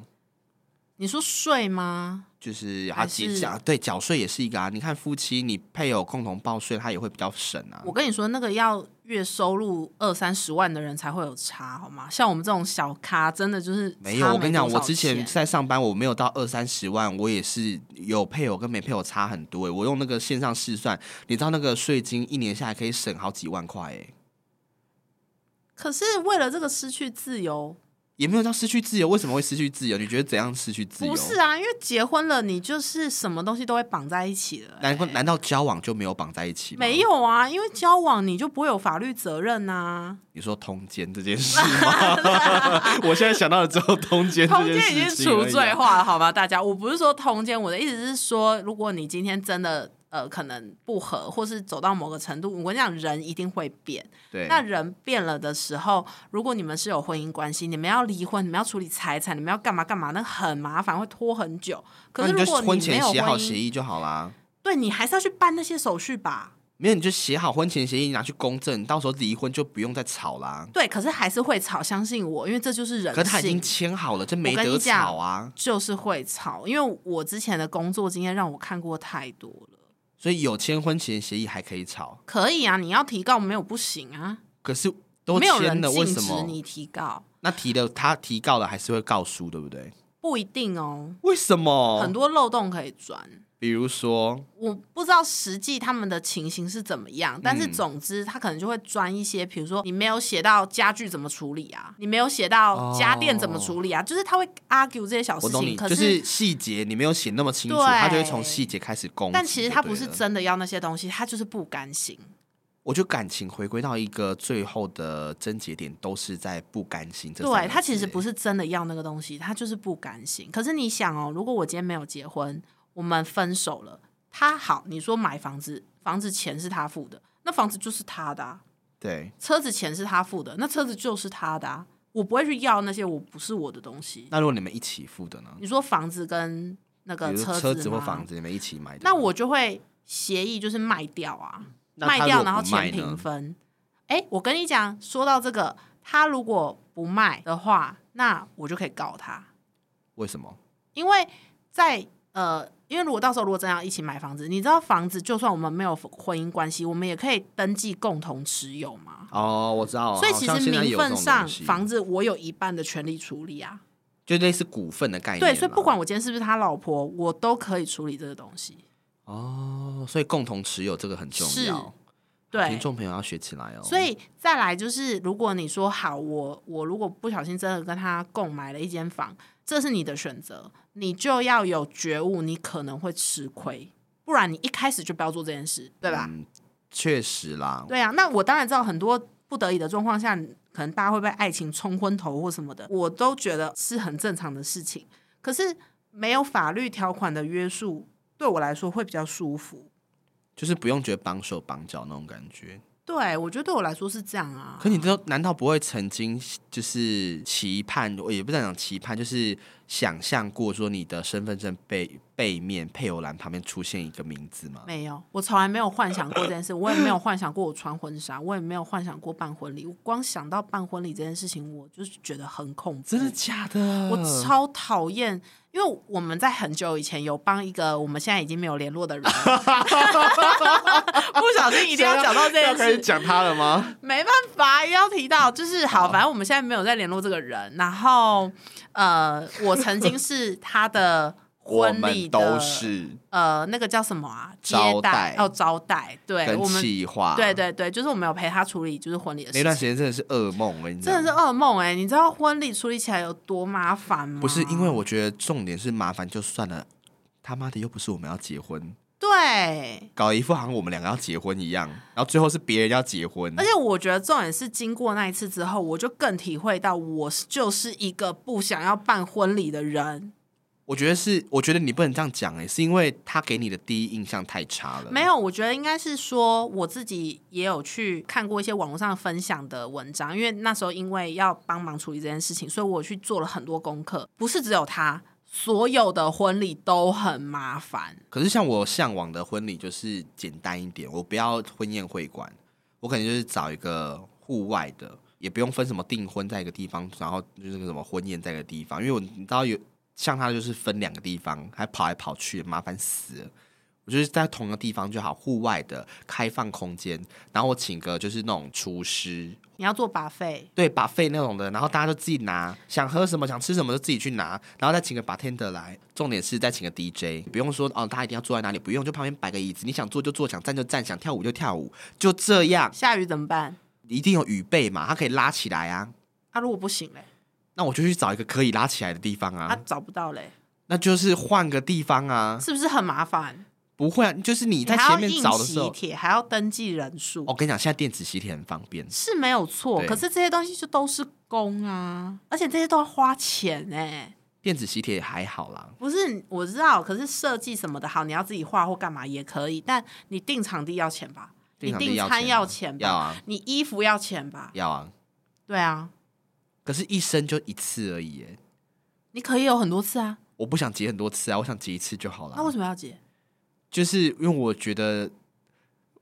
S2: 你说睡吗？
S1: 就是他
S2: 还
S1: 结
S2: 是
S1: 缴对缴税也是一个啊。你看夫妻，你配偶共同报税，他也会比较省啊
S2: 我。跟你说，那个要月收入二三十万的人才会有差，好吗？像我们这种小咖，真的就是
S1: 没有，
S2: 差
S1: 我跟你讲，
S2: 多少
S1: 我之前
S2: 钱
S1: 在上班，我没有到二三十万，我也是有配偶跟没配偶差很多诶。欸我用那个线上试算，你知道那个税金一年下来可以省好几万块欸诶。
S2: 可是为了这个失去自由，
S1: 也没有到失去自由，为什么会失去自由？你觉得怎样失去自由？
S2: 不是啊？因为结婚了，你就是什么东西都会绑在一起了、
S1: 难难道交往就没有绑在一起吗？
S2: 没，有啊，因为交往你就不会有法律责任啊。
S1: 你说通奸这件事吗？ 我现在想到了只有通奸这
S2: 通
S1: 件
S2: 奸已
S1: 事情
S2: 经除
S1: 而已啊
S2: 罪化了，好吗？大家，我不是说通奸，我的意思是说，如果你今天真的呃可能不合，或是走到某个程度，我跟你讲，人一定会变。
S1: 对，
S2: 那人变了的时候，如果你们是有婚姻关系，你们要离婚，你们要处理财产，你们要干嘛干嘛，那很麻烦，会拖很久。可
S1: 那
S2: 是
S1: 你
S2: 如
S1: 就
S2: 果
S1: 婚
S2: 没
S1: 前
S2: 有
S1: 写好
S2: 婚
S1: 协
S2: 姻，
S1: 议就好啦。
S2: 对你还是要去办那些手续吧。
S1: 没有，你就写好婚前协议，拿去公证，到时候离婚就不用再吵啦。
S2: 对，可是还是会吵，相信我，因为这就是人性。
S1: 可是他已经签好了，这没
S2: 呃我跟
S1: 得
S2: 你讲
S1: 吵啊。
S2: 就是会吵，因为我之前的工作经验让我看过太多了。
S1: 所以有签婚前协议还可以吵，
S2: 可以啊，你要提告没有不行啊，
S1: 可是都
S2: 没有人
S1: 签了，为
S2: 禁
S1: 什
S2: 止
S1: 么？
S2: 你提告，
S1: 那提了他提告了，还是会告输，对不对？
S2: 不一定哦，
S1: 为什么？
S2: 很多漏洞可以钻。
S1: 比如说，
S2: 我不知道实际他们的情形是怎么样，但是
S1: 嗯
S2: 总之他可能就会钻一些，比如说你没有写到家具怎么处理啊，你没有写到家电怎么处理啊，就是他会 argue 这些小
S1: 哦我
S2: 哦事
S1: 懂你，
S2: 情，可
S1: 就是细节你没有写那么清楚，
S2: 对
S1: 他就会从细节开始攻击。
S2: 但其实他不是
S1: 就对了，
S2: 真的要那些东西，他就是不甘心。
S1: 我觉得感情回归到一个最后的症结点，都是在不甘心这三个字。
S2: 对他其实不
S1: 是
S2: 是真的要那个东西，他就是不甘心。可是你想哦，如果我今天没有结婚，我们分手了，他好，你说买房子，房子钱是他付的，那房子就是他的啊、
S1: 对，
S2: 车子钱是他付的，那车子就是他的啊、我不会去要那些我不是我的东西。
S1: 那如果你们一起付的呢？
S2: 你说房子跟那
S1: 比
S2: 个
S1: 如
S2: 车
S1: 说
S2: 子
S1: 车子或
S2: 吗
S1: 房子，你们一起买的呢。
S2: 那我就会协议就是卖掉啊，
S1: 嗯那
S2: 卖
S1: 他
S2: 掉
S1: 如果
S2: 然后
S1: 不
S2: 钱
S1: 卖呢
S2: 平分。哎，我跟你讲，说到这个，他如果不卖的话，那我就可以告他，
S1: 为什么？
S2: 因为在呃，因为如果到时候如果真要一起买房子，你知道房子就算我们没有婚姻关系，我们也可以登记共同持有嘛。
S1: 哦，我知道。
S2: 所以
S1: 好
S2: 其
S1: 像
S2: 实
S1: 现在有这
S2: 名分
S1: 种
S2: 上
S1: 东西
S2: 房子我有一半的权利处理啊，
S1: 就类似股份的概念啦。
S2: 对，所以不管我今天是不是他老婆，我都可以处理这个东西。
S1: 哦，所以共同持有这个很重
S2: 是
S1: 要。
S2: 对，
S1: 听众朋友要学起来哦。
S2: 所以再来就是，如果你说好，我我如果不小心真的跟他共买了一间房，这是你的选择，你就要有觉悟，你可能会吃亏，不然你一开始就不要做这件事，对吧？
S1: 嗯，确实啦。
S2: 对啊，那我当然知道很多不得已的状况下，可能大家会被爱情冲昏头或什么的，我都觉得是很正常的事情。可是没有法律条款的约束，对我来说会比较舒服。
S1: 就是不用觉得绑手绑脚那种感觉。
S2: 对，我觉得对我来说是这样啊。
S1: 可你都难道不会曾经就是期盼，我也不是讲期盼，就是想象过说你的身份证背背面配偶栏旁边出现一个名字吗？
S2: 没有，我从来没有幻想过这件事，我也没有幻想过我穿婚纱，我也没有幻想过办婚礼。我光想到办婚礼这件事情，我就是觉得很恐怖。
S1: 真的假的？
S2: 我超讨厌，因为我们在很久以前有帮一个我们现在已经没有联络 的人，不小心一定要讲到这
S1: 要
S2: 件
S1: 开始
S2: 事，
S1: 啊讲他了吗？
S2: 没办法，一定要提到，就是好，反正我们现在没有在联络这个人。然后，呃，我曾经是他的
S1: 我
S2: 婚
S1: 们
S2: 礼的，
S1: 都是
S2: 呃，那个叫什么啊？接
S1: 招待
S2: 待哦，招待，对
S1: 跟
S2: 我们，
S1: 气话，
S2: 对对对，就是我们有陪他处理就是婚礼的
S1: 那
S2: 事
S1: 段
S2: 情
S1: 时，间真的是噩梦，我跟你讲，
S2: 真的是噩梦哎、你知道婚礼处理起来有多麻烦吗？
S1: 不是因为我觉得重点是麻烦就算了，他妈的又不是我们要结婚，
S2: 对。
S1: 搞一副好像我们两个要结婚一样，然后最后是别人要结婚，
S2: 而且我觉得重点是，经过那一次之后，我就更体会到，我是就是一个不想要办婚礼的人。
S1: 我觉得是，我觉得你不能这样讲哎、是因为他给你的第一印象太差了。
S2: 没有，我觉得应该是说我自己也有去看过一些网络上分享的文章，因为那时候因为要帮忙处理这件事情，所以我去做了很多功课，不是只有他。所有的婚礼都很麻烦，
S1: 可是像我向往的婚礼就是简单一点，我不要婚宴会馆，我可能就是找一个户外的，也不用分什么订婚在一个地方，然后就是那个什么婚宴在一个地方，因为我你知道有像他就是分两个地方，还跑来跑去，麻烦死了。我就是在同一个地方就好，户外的开放空间，然后我请个就是那种厨师，
S2: 你要做把费，
S1: 对把费那种的，然后大家都自己拿，想喝什么想吃什么就自己去拿，然后再请个 bartender 来。重点是再请个 DJ，不用说哦，大家一定要坐在哪里，不用就旁边摆个椅子，你想坐就坐，想站就站，想跳舞就跳舞，就这样，
S2: 下雨怎么办？
S1: 一定有雨备嘛，它可以拉起来啊。
S2: 啊，如果不行嘞，
S1: 那我就去找一个可以拉起来的地方啊，
S2: 啊找不到嘞，
S1: 那就是换个地方啊，
S2: 是不是很麻烦？
S1: 不会、啊，就是你
S2: 你
S1: 在
S2: 还要
S1: 前面
S2: 印
S1: 找的时候
S2: 喜，帖，还要登记人数，
S1: 我跟你讲，现在电子喜帖很方便，
S2: 是没有
S1: 哦
S2: 错。
S1: 对
S2: 可是这些东西就都是工啊，而且这些都要花钱哎、
S1: 电子喜帖还好啦，
S2: 不是，我知道，可是设计什么的，好，你要自己画或干嘛也可以，但你定场地要钱吧？
S1: 订场
S2: 你
S1: 地
S2: 订
S1: 要
S2: 餐
S1: 钱
S2: 要
S1: 啊
S2: 钱吧？
S1: 要啊
S2: 你衣服要钱吧？
S1: 要啊，
S2: 对啊，
S1: 可是一生就一次而已耶。
S2: 你可以有很多次啊，
S1: 我不想结很多次啊，我想结一次就好了。
S2: 那为什么要结？
S1: 就是因为我觉得，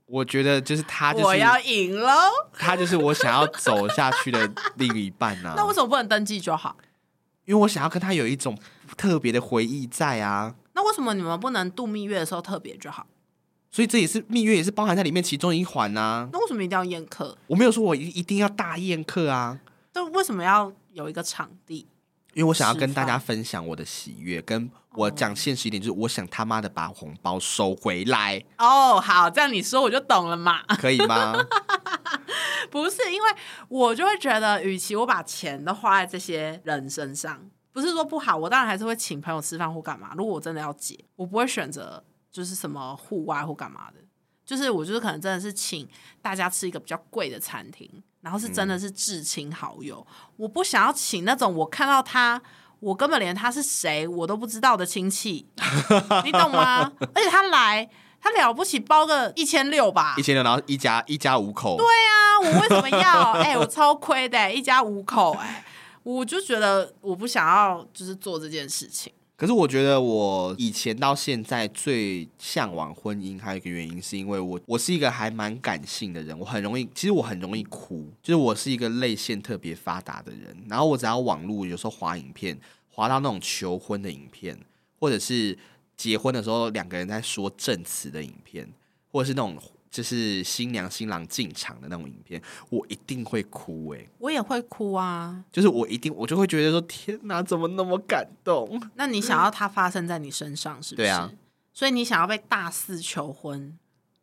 S1: 我觉得就是他就是
S2: 赢喽！
S1: 他就是我想要走下去的另一半啊。
S2: 那为什么不能登记就好？
S1: 因为我想要跟他有一种特别的回忆在啊，
S2: 那为什么你们不能度蜜月的时候特别就好？
S1: 所以这也是蜜月也是包含在里面其中一环啊。
S2: 那为什么一定要宴客？
S1: 我没有说我一一定要大宴客啊，
S2: 但为什么要有一个场地？
S1: 因为我想要跟
S2: 吃
S1: 大
S2: 饭哦
S1: 家分享我的喜悦，跟我讲现实一点，就是我想他妈的把红包收回来，
S2: 哦、好，这样你说我就懂了嘛。
S1: 可以 吗？
S2: 不是，因为我就会觉得，与其我把钱都花在这些人身上，不是说不好，我当然还是会请朋友吃饭或干嘛。如果我真的要结，我不会选择就是什么户外或干嘛的，就是我就是可能真的是请大家吃一个比较贵的餐厅，然后是真的是至亲好友，我不想要请那种我看到他。我根本连他是谁我都不知道的亲戚，你懂吗？而且他来，他了不起包个一千六吧，
S1: 一千六，然后一家一家五口，
S2: 对啊，我为什么要？哎、我超亏的、一家五口、哎，我就觉得我不想要，就是做这件事情。
S1: 可是我觉得我以前到现在最向往婚姻，还有一个原因是因为我我是一个还蛮感性的人，我很容易，其实我很容易哭，就是我是一个泪腺特别发达的人。然后我只要网络有时候滑影片，滑到那种求婚的影片，或者是结婚的时候两个人在说证词的影片，或者是那种就是新娘新郎进场的那种影片，我一定会哭诶、
S2: 我也会哭啊。
S1: 就是我一定我就会觉得说天哪，怎么那么感动？
S2: 那你想要它发生在你身上，是不是？
S1: 对啊
S2: 所以你想要被大肆求婚，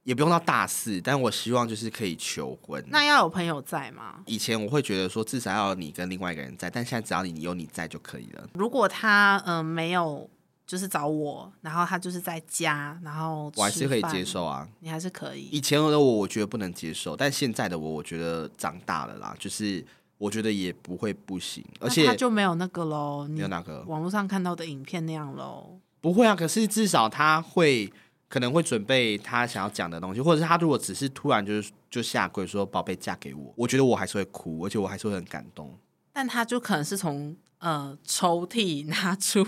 S1: 也不用到大四，但我希望就是可以求婚。
S2: 那要有朋友在吗？
S1: 以前我会觉得说，至少要有你跟另外一个人在，但现在只要你有你在就可以了。
S2: 如果他嗯、呃没有，就是找我，然后他就是在家，然后
S1: 我还是可以
S2: 吃饭
S1: 接，受啊。
S2: 你还是可以。
S1: 以前的我我觉得不能接受，但现在的我我觉得长大了啦，就是我觉得也不会不行，而
S2: 那
S1: 且
S2: 他就没有那个喽，
S1: 没
S2: 你
S1: 有哪个
S2: 网络上看到的影片那样喽。
S1: 不会啊。可是至少他会可能会准备他想要讲的东西，或者是他如果只是突然就是就下跪说“宝贝嫁给我”，我觉得我还是会哭，而且我还是会很感动。
S2: 但他就可能是从呃抽屉 拿出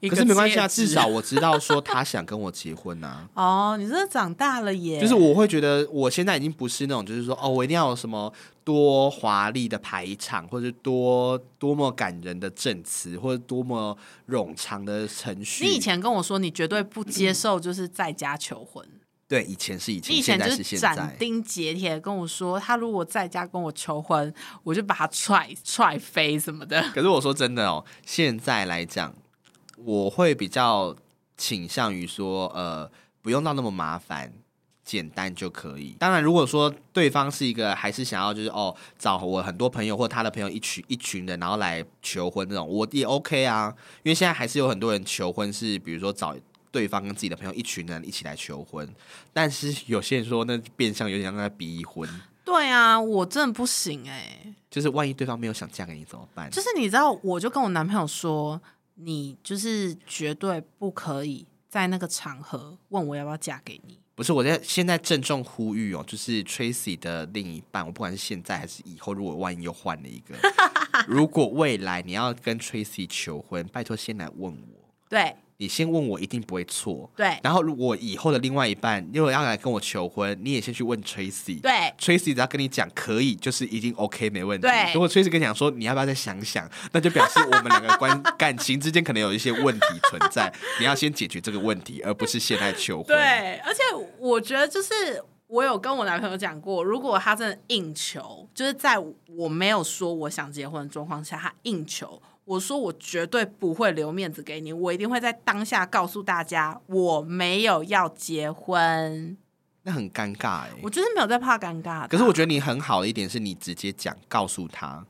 S2: 一
S1: 可
S2: 个戒指，
S1: 是没关系啊，至少我知道说他想跟我结婚啊呐、
S2: 哦，你真的长大了耶，
S1: 就是我会觉得我现在已经不是那种，就是说哦，我一定要有什么多华丽的排场，或者多多么感人的证词，或者多么冗长的程序。
S2: 你以前跟我说你绝对不接受就是在家求婚，
S1: 对以前是以前，
S2: 你以
S1: 嗯现
S2: 前
S1: 在
S2: 就是是
S1: 现在。
S2: 斩钉截铁地跟我说，他如果在家跟我求婚，我就把他踹 踹飞什么的。
S1: 可是我说真的哦，现在来讲，我会比较倾向于说，呃，不用到那么麻烦，简单就可以。当然，如果说对方是一个还是想要就是哦，找我很多朋友或他的朋友一群一群人，然后来求婚这种，我也 OK 啊，因为现在还是有很多人求婚是，比如说找。对方跟自己的朋友一群人一起来求婚，但是有些人说那变相有点像在逼婚，
S2: 对啊，我真的不行哎、
S1: 就是万一对方没有想嫁给你怎么办？
S2: 就是你知道，我就跟我男朋友说，你就是绝对不可以在那个场合问我要不要嫁给你。
S1: 不是，我在现在郑重呼吁哦，就是 Tracy 的另一半，我不管是现在还是以后，如果万一又换了一 个，如果未来你要跟 Tracy 求婚，拜托先来问我，
S2: 对
S1: 你先问我，一定不会错。
S2: 对
S1: 然后如果以后的另外一半如果要来跟我求婚，你也先去问 Tracy。
S2: 对，
S1: Tracy 只要跟你讲可以，就是已经 OK 没问题。
S2: 对
S1: 如果 Tracy 跟你讲说你要不要再想想，那就表示我们两个关 感情之间可能有一些问题存在，你要先解决这个问题，而不是现在求婚。
S2: 对，而且我觉得就是我有跟我男朋友讲过，如果他真的硬求，就是在我没有说我想结婚的状况下，他硬求，我说我绝对不会留面子给你，我一定会在当下告诉大家我没有要结婚。
S1: 那很尴尬哎、
S2: 我就是没有在怕尴尬的啊，
S1: 可是我觉得你很好的一点是你直接讲，告诉他，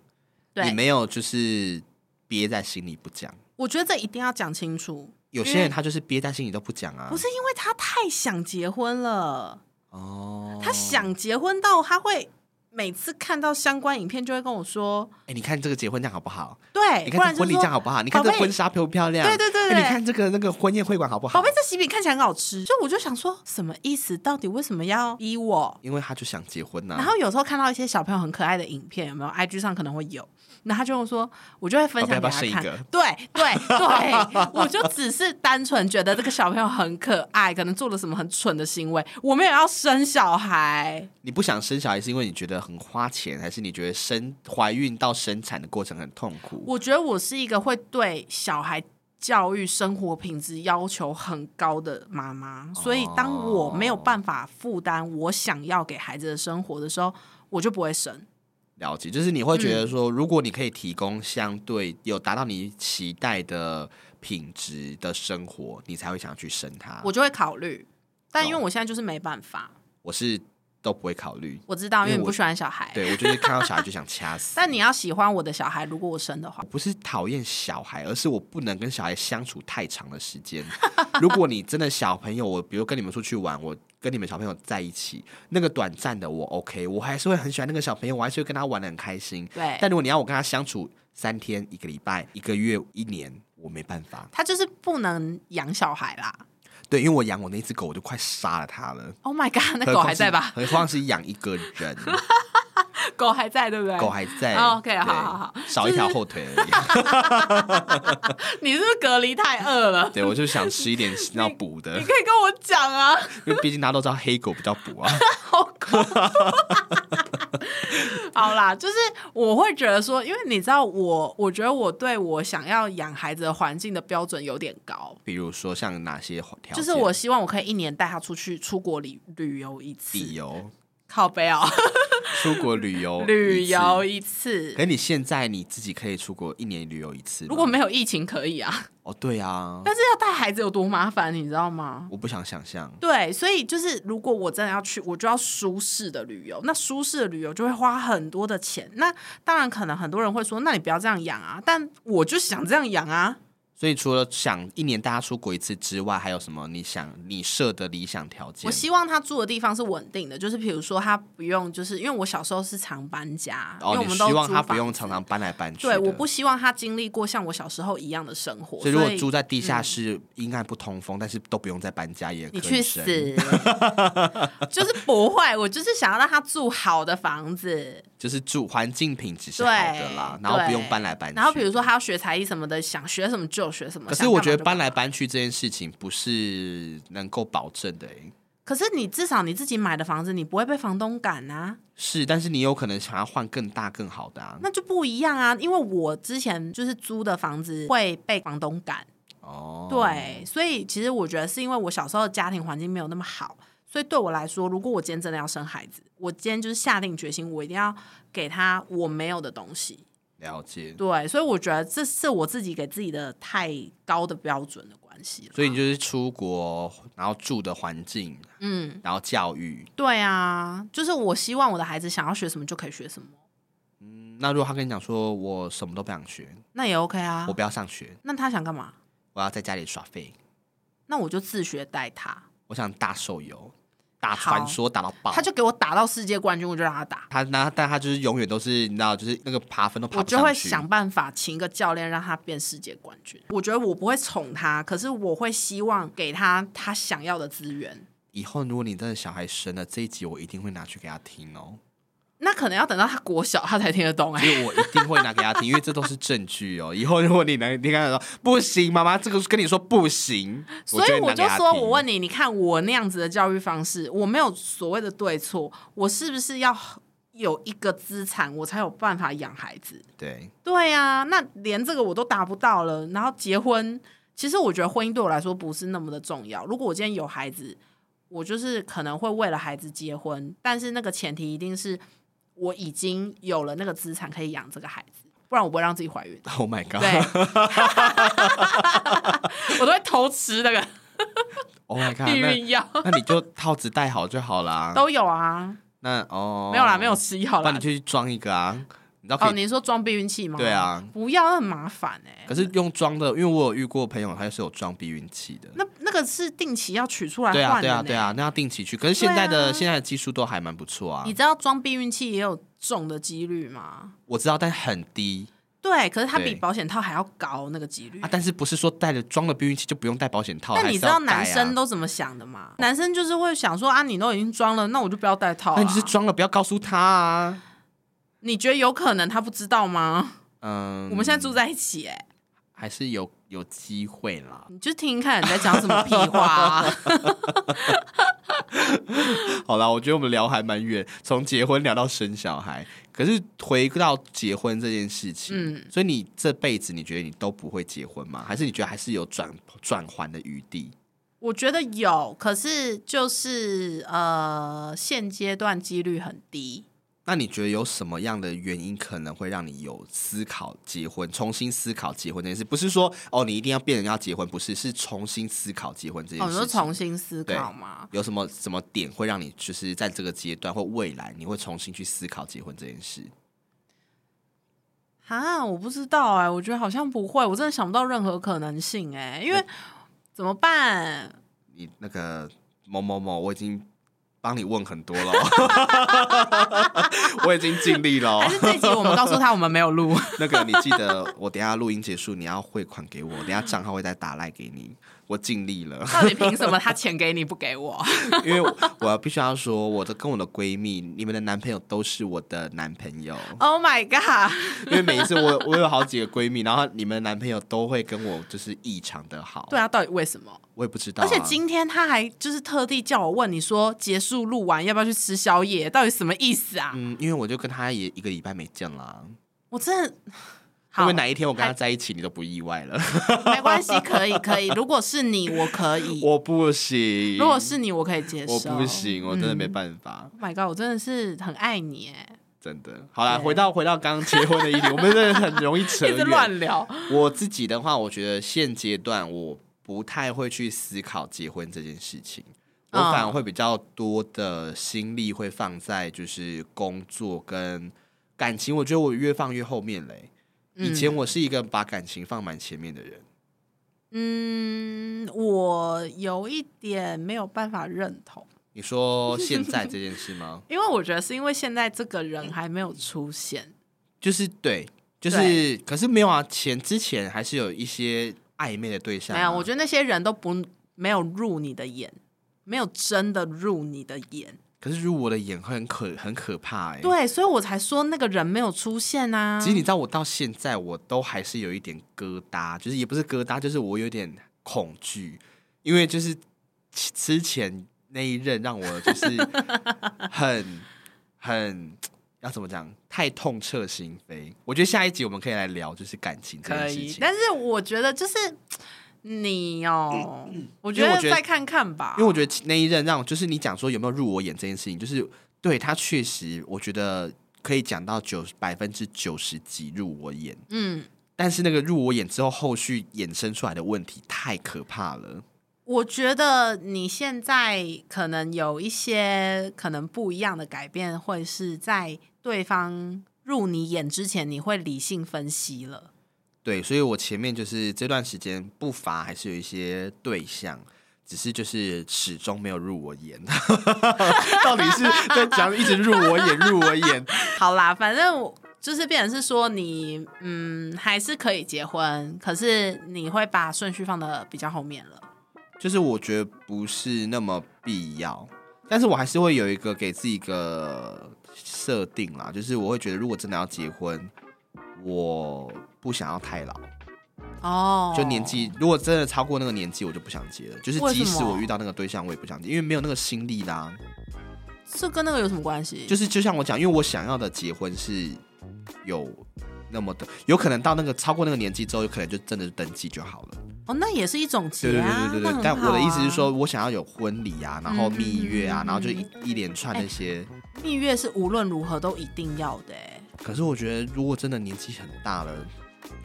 S1: 你
S2: 对，
S1: 没有就是憋在心里不讲。
S2: 我觉得这一定要讲清楚，
S1: 有些人他就是憋在心里都不讲啊。
S2: 嗯不是因为他太想结婚了，
S1: 哦，
S2: 他想结婚到他会每次看到相关影片就会跟我说，
S1: 哎、你看这个结婚这样好不好？
S2: 对，
S1: 你
S2: 哎不
S1: 看这
S2: 然就
S1: 婚
S2: 是
S1: 礼这样
S2: 说
S1: 好不好？你看这个
S2: 宝贝
S1: 婚纱漂不漂亮？
S2: 对对
S1: 哎
S2: 对对
S1: 你看这个那个婚宴会馆好不好
S2: 宝贝，？这喜饼看起来很好吃，就我就想说什么意思？到底为什么要逼我？
S1: 因为他就想结婚呐、
S2: 然后有时候看到一些小朋友很可爱的影片，有没有？IG 上可能会有，然后他就跟我说，我就会分享给
S1: 宝贝
S2: 他
S1: 哦要不要
S2: 看
S1: 生一个。
S2: 对对对，我就只是单纯觉得这个小朋友很可爱，可能做了什么很蠢的行为，我没有要生小孩。
S1: 你不想生小孩是因为你觉得很花钱，还是你觉得生怀孕到生产的过程很痛苦？
S2: 我觉得我是一个会对小孩教育、生活品质要求很高的妈
S1: 哦
S2: 妈，所以当我没有办法负担我想要给孩子的生活的时候，我就不会生。
S1: 了解，就是你会觉得说，如果你可以提供相对有达到你期待的品质的生活，你才会想要去生它。
S2: 我就会考虑。但因为我现在就是没办法，
S1: 我是都不会考虑，
S2: 我知道，
S1: 因
S2: 因
S1: 为
S2: 为你
S1: 我
S2: 不喜欢小孩。
S1: 对我就是看到小孩就想掐 死。
S2: 但你要喜欢我的小孩，如果我生的话
S1: 我，不是讨厌小孩，而是我不能跟小孩相处太长的时间。如果你真的小朋友，我比如跟你们出去玩，我跟你们小朋友在一起，那个短暂的我 OK，我还是会很喜欢那个小朋友，我还是会跟他玩的很开心。
S2: 对
S1: 但如果你要我跟他相处三天、一个礼拜、一个月、一年，我没办法。
S2: 他就是不能养小孩啦。
S1: 对，因为我养我那只狗，我就快杀了它了。
S2: Oh my god，那
S1: 何
S2: 狗
S1: 况
S2: 还
S1: 是
S2: 在吧？
S1: 何况是养一个 人，
S2: 狗还在，对不对？
S1: 狗还在。
S2: 哦，OK，好
S1: 对
S2: 好好
S1: 少一条后腿而已。
S2: 你是不是隔离太 饿了？
S1: 对，我就想吃一点要补的
S2: 你，可以跟我讲啊，
S1: 因为毕竟大家都知道黑狗比较补 啊。
S2: 好恐怖。好啦，就是我会觉得说，因为你知道我，我觉得我对我想要养孩子的环境的标准有点高，
S1: 比如说像哪些条件？
S2: 就是我希望我可以一年带他出去出国旅旅游一次，
S1: 旅游、
S2: 靠背哦，、
S1: 出国旅游
S2: 旅游
S1: 哦一
S2: 一次
S1: 次。可。是你现在你自己可以出国一年旅游一次吗？
S2: 如果没有疫情可以啊，
S1: 哦，对啊，
S2: 但是要带孩子有多麻烦，你知道吗？
S1: 我不想想象。
S2: 对，所以就是如果我真的要去，我就要舒适的旅游。那舒适的旅游就会花很多的钱。那当然，可能很多人会说，那你不要这样养啊。但我就想这样养啊。
S1: 所以除了想一年大家出国一次之外，还有什么你想你设的理想条件？
S2: 我希望他住的地方是稳定的，就是比如说他不用，就是因为我小时候是常搬家，因
S1: 哦，
S2: 为我
S1: 你
S2: 们都
S1: 希望
S2: 租
S1: 他不
S2: 房
S1: 用常常搬来搬去。
S2: 对，我不。希望他经历过像我小时候一样的生活。
S1: 所以如果住在地下室，阴暗不通风，但是都不用再搬家也可以
S2: 嗯你去
S1: 生
S2: 死，就是不会，我就是想要让他住好的房子。
S1: 就是住环境品质是好的啦，然后不用搬来搬去。
S2: 然后比如说他要学才艺什么的，想学什么就学什么。
S1: 可
S2: 想
S1: 是
S2: 干嘛
S1: 我觉得
S2: 就干
S1: 搬
S2: 嘛
S1: 来，搬去这件事情不是能够保证的、欸，
S2: 可是你至少你自己买的房子，你不会被房东赶啊，
S1: 是，但是你有可能想要换更大更好的啊。
S2: 那就不一样啊。因为我之前就是租的房子会被房东赶，
S1: 哦，，
S2: 对，所以其实我觉得是因为我小时候的家庭环境没有那么好，所以对我来说，如果我今天真的要生孩子，我今天就是下定决心，我一定要给他我没有的东西。
S1: 了解。
S2: 对，所以我觉得这是我自己给自己的太高的标准的关系了。
S1: 所以你就是出国，然后住的环境，
S2: 嗯，
S1: 然后教育。
S2: 对啊，就是我希望我的孩子想要学什么就可以学什么，
S1: 那如果他跟你讲说我什么都不想学，
S2: 那也 OK 啊
S1: 我。不要上学，
S2: 那他想干嘛？
S1: 我要在家里耍废，
S2: 那我就自学带他，
S1: 我想大手游、打
S2: 好
S1: 传说打到爆。
S2: 他就给我打到世界冠军，我就让他打。
S1: 他那但他就是永远都是你知道，就是那个爬分都爬
S2: 我
S1: 不上
S2: 就
S1: 去。
S2: 会想办法请一个教练让他变世界冠军。我觉得我不会宠他，可是我会希望给他他想要的资源。
S1: 以后如果你真的小孩生了这一集，我一定会拿去给他听哦，
S2: 那可能要等到他国小他才听得懂哎、
S1: 因为我一定会拿给他听，因为这都是证据哦。以后如果你能你跟他说不行，妈妈这个跟你说不行，
S2: 所以我
S1: 我
S2: 就说，我问
S1: 你，
S2: 你，你看我那样子的教育方式，我没有所谓的对错，我是不是要有一个资产，我才有办法养孩子？
S1: 对，
S2: 对呀、那连这个我都达不到了，然后结婚，其实我觉得婚姻对我来说不是那么的重要。如果我今天有孩子，我就是可能会为了孩子结婚，但是那个前提一定是我已经有了那个资产可以养这个孩子，不然我不会让自己怀 孕。
S1: Oh my god，
S2: 对，我都会偷吃那个
S1: Oh my god，
S2: 避
S1: 啊那
S2: 孕药，
S1: 那你就套子戴好就好啦。
S2: 都有啊，
S1: 那哦，
S2: 没有啦，没有，吃药
S1: 那
S2: 啦
S1: 你。就去装一个啊，你知道可
S2: 哦，
S1: 以。
S2: 你是说装避孕器吗？
S1: 对啊，
S2: 不要，那很麻烦哎、
S1: 可是用装的，因为我有遇过朋友，他是有装避孕器的。
S2: 那那个是定期要取出来
S1: 对啊，
S2: 换的
S1: 对啊，
S2: 呢
S1: 对啊，那要定期去。可是现在的、
S2: 对啊
S1: 现在的技术都还蛮不错啊
S2: 你，知道装避孕器也有中的几率吗？
S1: 我知道，但很低
S2: 对，可是它
S1: 对
S2: 比保险套还要高那个几率。
S1: 啊。但是不是说带了装了避孕器就不用戴保险套？
S2: 那
S1: 还
S2: 你
S1: 是
S2: 知道
S1: 要戴啊
S2: 男生，都怎么想的吗？男生就是会想说啊，你都已经装了，那我就不要戴套、啊。
S1: 那你就是，装了，不要告诉他啊。
S2: 你觉得有可能他不知道吗？
S1: 嗯，
S2: 我们现在住在一起、哎，
S1: 还是有有机会啦。
S2: 你就听听看你在讲什么屁 话、啊。
S1: 好啦，我觉得我们聊还蛮远，从结婚聊到生小孩，可是回到结婚这件事情，
S2: 嗯
S1: 所以你这辈子你觉得你都不会结婚吗？还是你觉得还是有转转圜的余地？
S2: 我觉得有，可是就是呃，现阶段几率很低。
S1: 那你觉得有什么样的原因可能会让你有思考结婚，重新思考结婚这件事？不是说哦，你一定要变成要结婚，不是，是重新思考结婚这件
S2: 哦，
S1: 事
S2: 你
S1: 情。
S2: 说重新思
S1: 对
S2: 考吗？
S1: 有什么什么点会让你就是在这个阶段或未来，你会重新去思考结婚这件事？
S2: 啊，我不知道哎、我觉得好像不会，我真的想不到任何可能性哎、因为怎么办？
S1: 你那个某某某，我已经帮你问很多了， 我已经尽力了哦
S2: 还。是这集我们告诉他我们没有录？
S1: 那个你记得，我等一下录音结束，你要汇款给我，等一下账号会再打来给你。我尽力了，
S2: 到底凭什么他钱给你不给我？
S1: 因为我必须要说，我的跟我的闺蜜，你们的男朋友都是我的男朋友。
S2: Oh my god！
S1: 因为每一次我我有好几个闺蜜，然后你们的男朋友都会跟我就是异常的好。
S2: 对，啊，到底为什么？
S1: 我也不知道啊、
S2: 而且今天他还就是特地叫我问你说结束录完要不要去吃宵夜，到底什么意思啊？
S1: 嗯，因为我就跟他也一个礼拜没见啦。
S2: 我真 的
S1: 因
S2: 好
S1: 为，哪一天我跟他在一起，你都不意外了。
S2: 没关系，可以可以。如果是你，我可以；
S1: 我不行，
S2: 如果是你，我可以接受。
S1: 我不行，我真的没
S2: 嗯
S1: 办法，
S2: Oh my god！我真的是很爱你哎、
S1: 真的。好啦，
S2: 对
S1: 回到回到刚刚结婚的议 题，我们真的很容易扯
S2: 一直
S1: 远。
S2: 乱聊。
S1: 我自己的话，我觉得现阶段我不太会去思考结婚这件事情，我
S2: 嗯
S1: 反而会比较多的心力会放在就是工作跟感情。我觉得我越放越后面嘞、以前我是一个把感情放蛮前面的人，
S2: 嗯，我有一点没有办法认同，
S1: 你说现在这件事吗？
S2: 因为我觉得是因为现在这个人还没有出现。
S1: 就是对，就是可是没有啊，前之前还是有一些暧昧的对象、啊
S2: 没有，我觉
S1: 得
S2: 得那些人都不没有入你的眼，没有真的入你的眼。
S1: 可是如我的眼会很可很可怕哎、欸。，
S2: 对，啊所以我才说那个人没有出现啊。
S1: 其实你知道，我到现在我都还是有一点疙瘩，就是也不是疙瘩，就是我有点恐惧，因为就是之之前那一任让我 就是很很要怎么讲，太痛彻心扉。我觉得下一集我们可以来聊，就是感情这
S2: 可
S1: 件事
S2: 以
S1: 情，。
S2: 但是我觉得就是你哦，我
S1: 嗯因
S2: 觉
S1: 为
S2: 得
S1: 我觉得
S2: 再看看吧，
S1: 因为我觉得那一任让我就是你讲说有没有入我眼这件事情，就是对他确实，我觉得可以讲到九百分之九十几入我眼，
S2: 嗯，
S1: 但是那个入我眼之后，后续衍生出来的问题太可怕了。
S2: 我觉得你现在可能有一些可能不一样的改变，会是在对方入你眼之前，你会理性分析了。
S1: 对，所以我前面就是这段时间不乏还是有一些对象，只是就是始终没有入我眼。 到底是在讲一直入我眼，入我眼？
S2: 好啦，反正我就是变成是说你，嗯，还是可以结婚，可是你会把顺序放的比较后面了。
S1: 就是我觉得不是那么必要，但是我还是会有一个给自己一个设定啦，就是我会觉得如果真的要结婚，我不想要太老，
S2: 哦，
S1: 就年纪如果真的超过那个年纪，我就不想结了。就是
S2: 为什
S1: 即
S2: 么
S1: 使我遇到那个对象，我也不想结，因为没有那个心力啦、
S2: 这跟那个有什么关系？
S1: 就是就像我讲，因为我想要的结婚是有那么的，有可能到那个超过那个年纪之后，有可能就真的就登记就好了。
S2: 哦，那也是一种
S1: 对
S2: 结
S1: 对
S2: 啊。
S1: 对对对
S2: 那
S1: 对，
S2: 很
S1: 但我的
S2: 好
S1: 意思
S2: 啊
S1: 是说，，我想要有婚礼啊，然后
S2: 嗯嗯
S1: 蜜月啊，
S2: 嗯嗯
S1: 然后就一
S2: 嗯
S1: 一连串
S2: 哎
S1: 那些。
S2: 蜜月是无论如何都一定要的、欸。
S1: 可是我觉得，如果真的年纪很大了，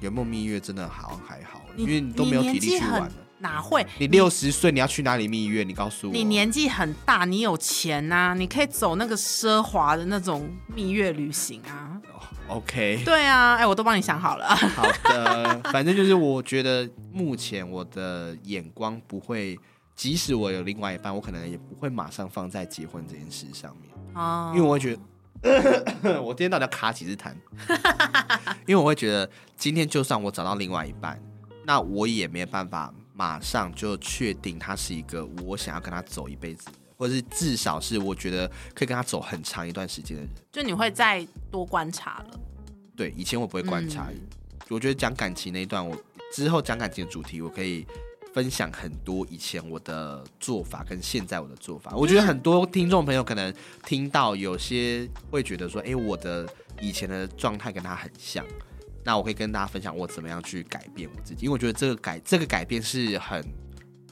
S1: 有没有蜜月真的好像还好，因为你都没有体
S2: 年
S1: 力
S2: 纪
S1: 去
S2: 很
S1: 玩了。
S2: 哪会？
S1: 你六十岁你要去哪里蜜月？你告诉我。
S2: 你年纪很大，你有钱呐、你可以走那个奢华的那种蜜月旅行啊。
S1: 哦 OK？
S2: 对啊，哎、我都帮你想好 了。
S1: 好的，反正就是我觉得目前我的眼光不会，即使我有另外一半，我可能也不会马上放在结婚这件事上面，
S2: 哦，
S1: 因为我会觉得， 我今天到底要卡几次痰？ 因为我会觉得，今天就算我找到另外一半，那我也没办法马上就确定他是一个我想要跟他走一辈子的，或者是至少是我觉得可以跟他走很长一段时间的人。
S2: 就你会再多观察了。
S1: 对，以前我不会观
S2: 嗯
S1: 察，我觉得讲感情那一段，我之后讲感情的主题，我可以分享很多以前我的做法跟现在我的做法。我觉得很多听众朋友可能听到，有些会觉得说，哎、我的以前的状态跟他很像。那我可以跟大家分享我怎么样去改变我自己，因为我觉得这个改这个改变是很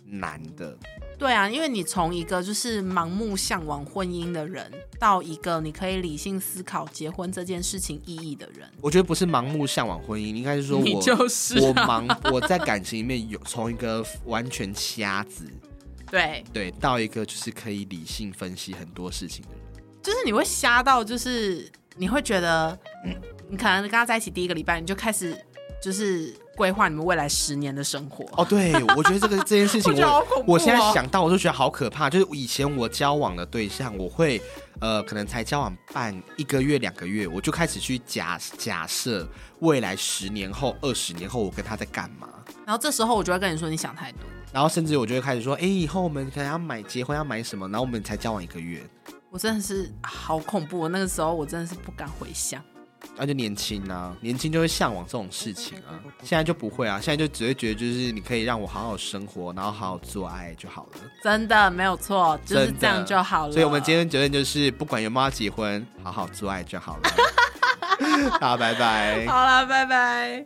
S1: 难的，
S2: 对啊，因为你从一个就是盲目向往婚姻的人，到一个你可以理性思考结婚这件事情意义的人，
S1: 我觉得不是盲目向往婚姻，应该是说我
S2: 你就是啊
S1: 我盲我在感情里面有从一个完全瞎子，
S2: 对，
S1: 对到一个就是可以理性分析很多事情的人。
S2: 就是你会瞎到，就是你会觉得，
S1: 嗯
S2: 你可能跟他在一起第一个礼拜，你就开始就是规划你们未来十年的生活。
S1: 哦，对，我觉得这个这件事情
S2: 我觉得好
S1: 我
S2: 恐怖
S1: 我现
S2: 哦
S1: 在想到我就觉得好可怕。就是以前我交往的对象，我会呃可能才交往半一个月两个月，我就开始去假假设未来十年后、二十年后我跟他在干嘛。
S2: 然后这时候我就会跟你说，你想太多。
S1: 然后甚至我就会开始说，哎，以后我们可能要买结婚要买什么，然后我们才交往一个月，
S2: 我真的是好恐怖，我哦那个时候我真的是不敢回想。
S1: 那就年轻啊，年轻就会向往这种事情啊，现在就不会啊，现在就只会觉得就是你可以让我好好生活，然后好好做爱就好了，
S2: 真的没有错，就是
S1: 真的
S2: 这样就好了。
S1: 所以我们今天结论就是，不管有没有结婚，好好做爱就好了。 好，拜拜。
S2: 好了，拜拜。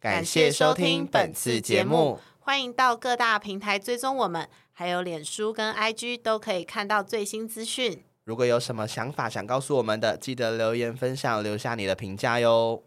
S1: 感谢收听本次节目，，
S2: 欢迎到各大平台追踪我们，还有脸书跟 IG 都可以看到最新资讯。
S1: 如果有什么想法想告诉我们的，记得留言分享，留下你的评价哟。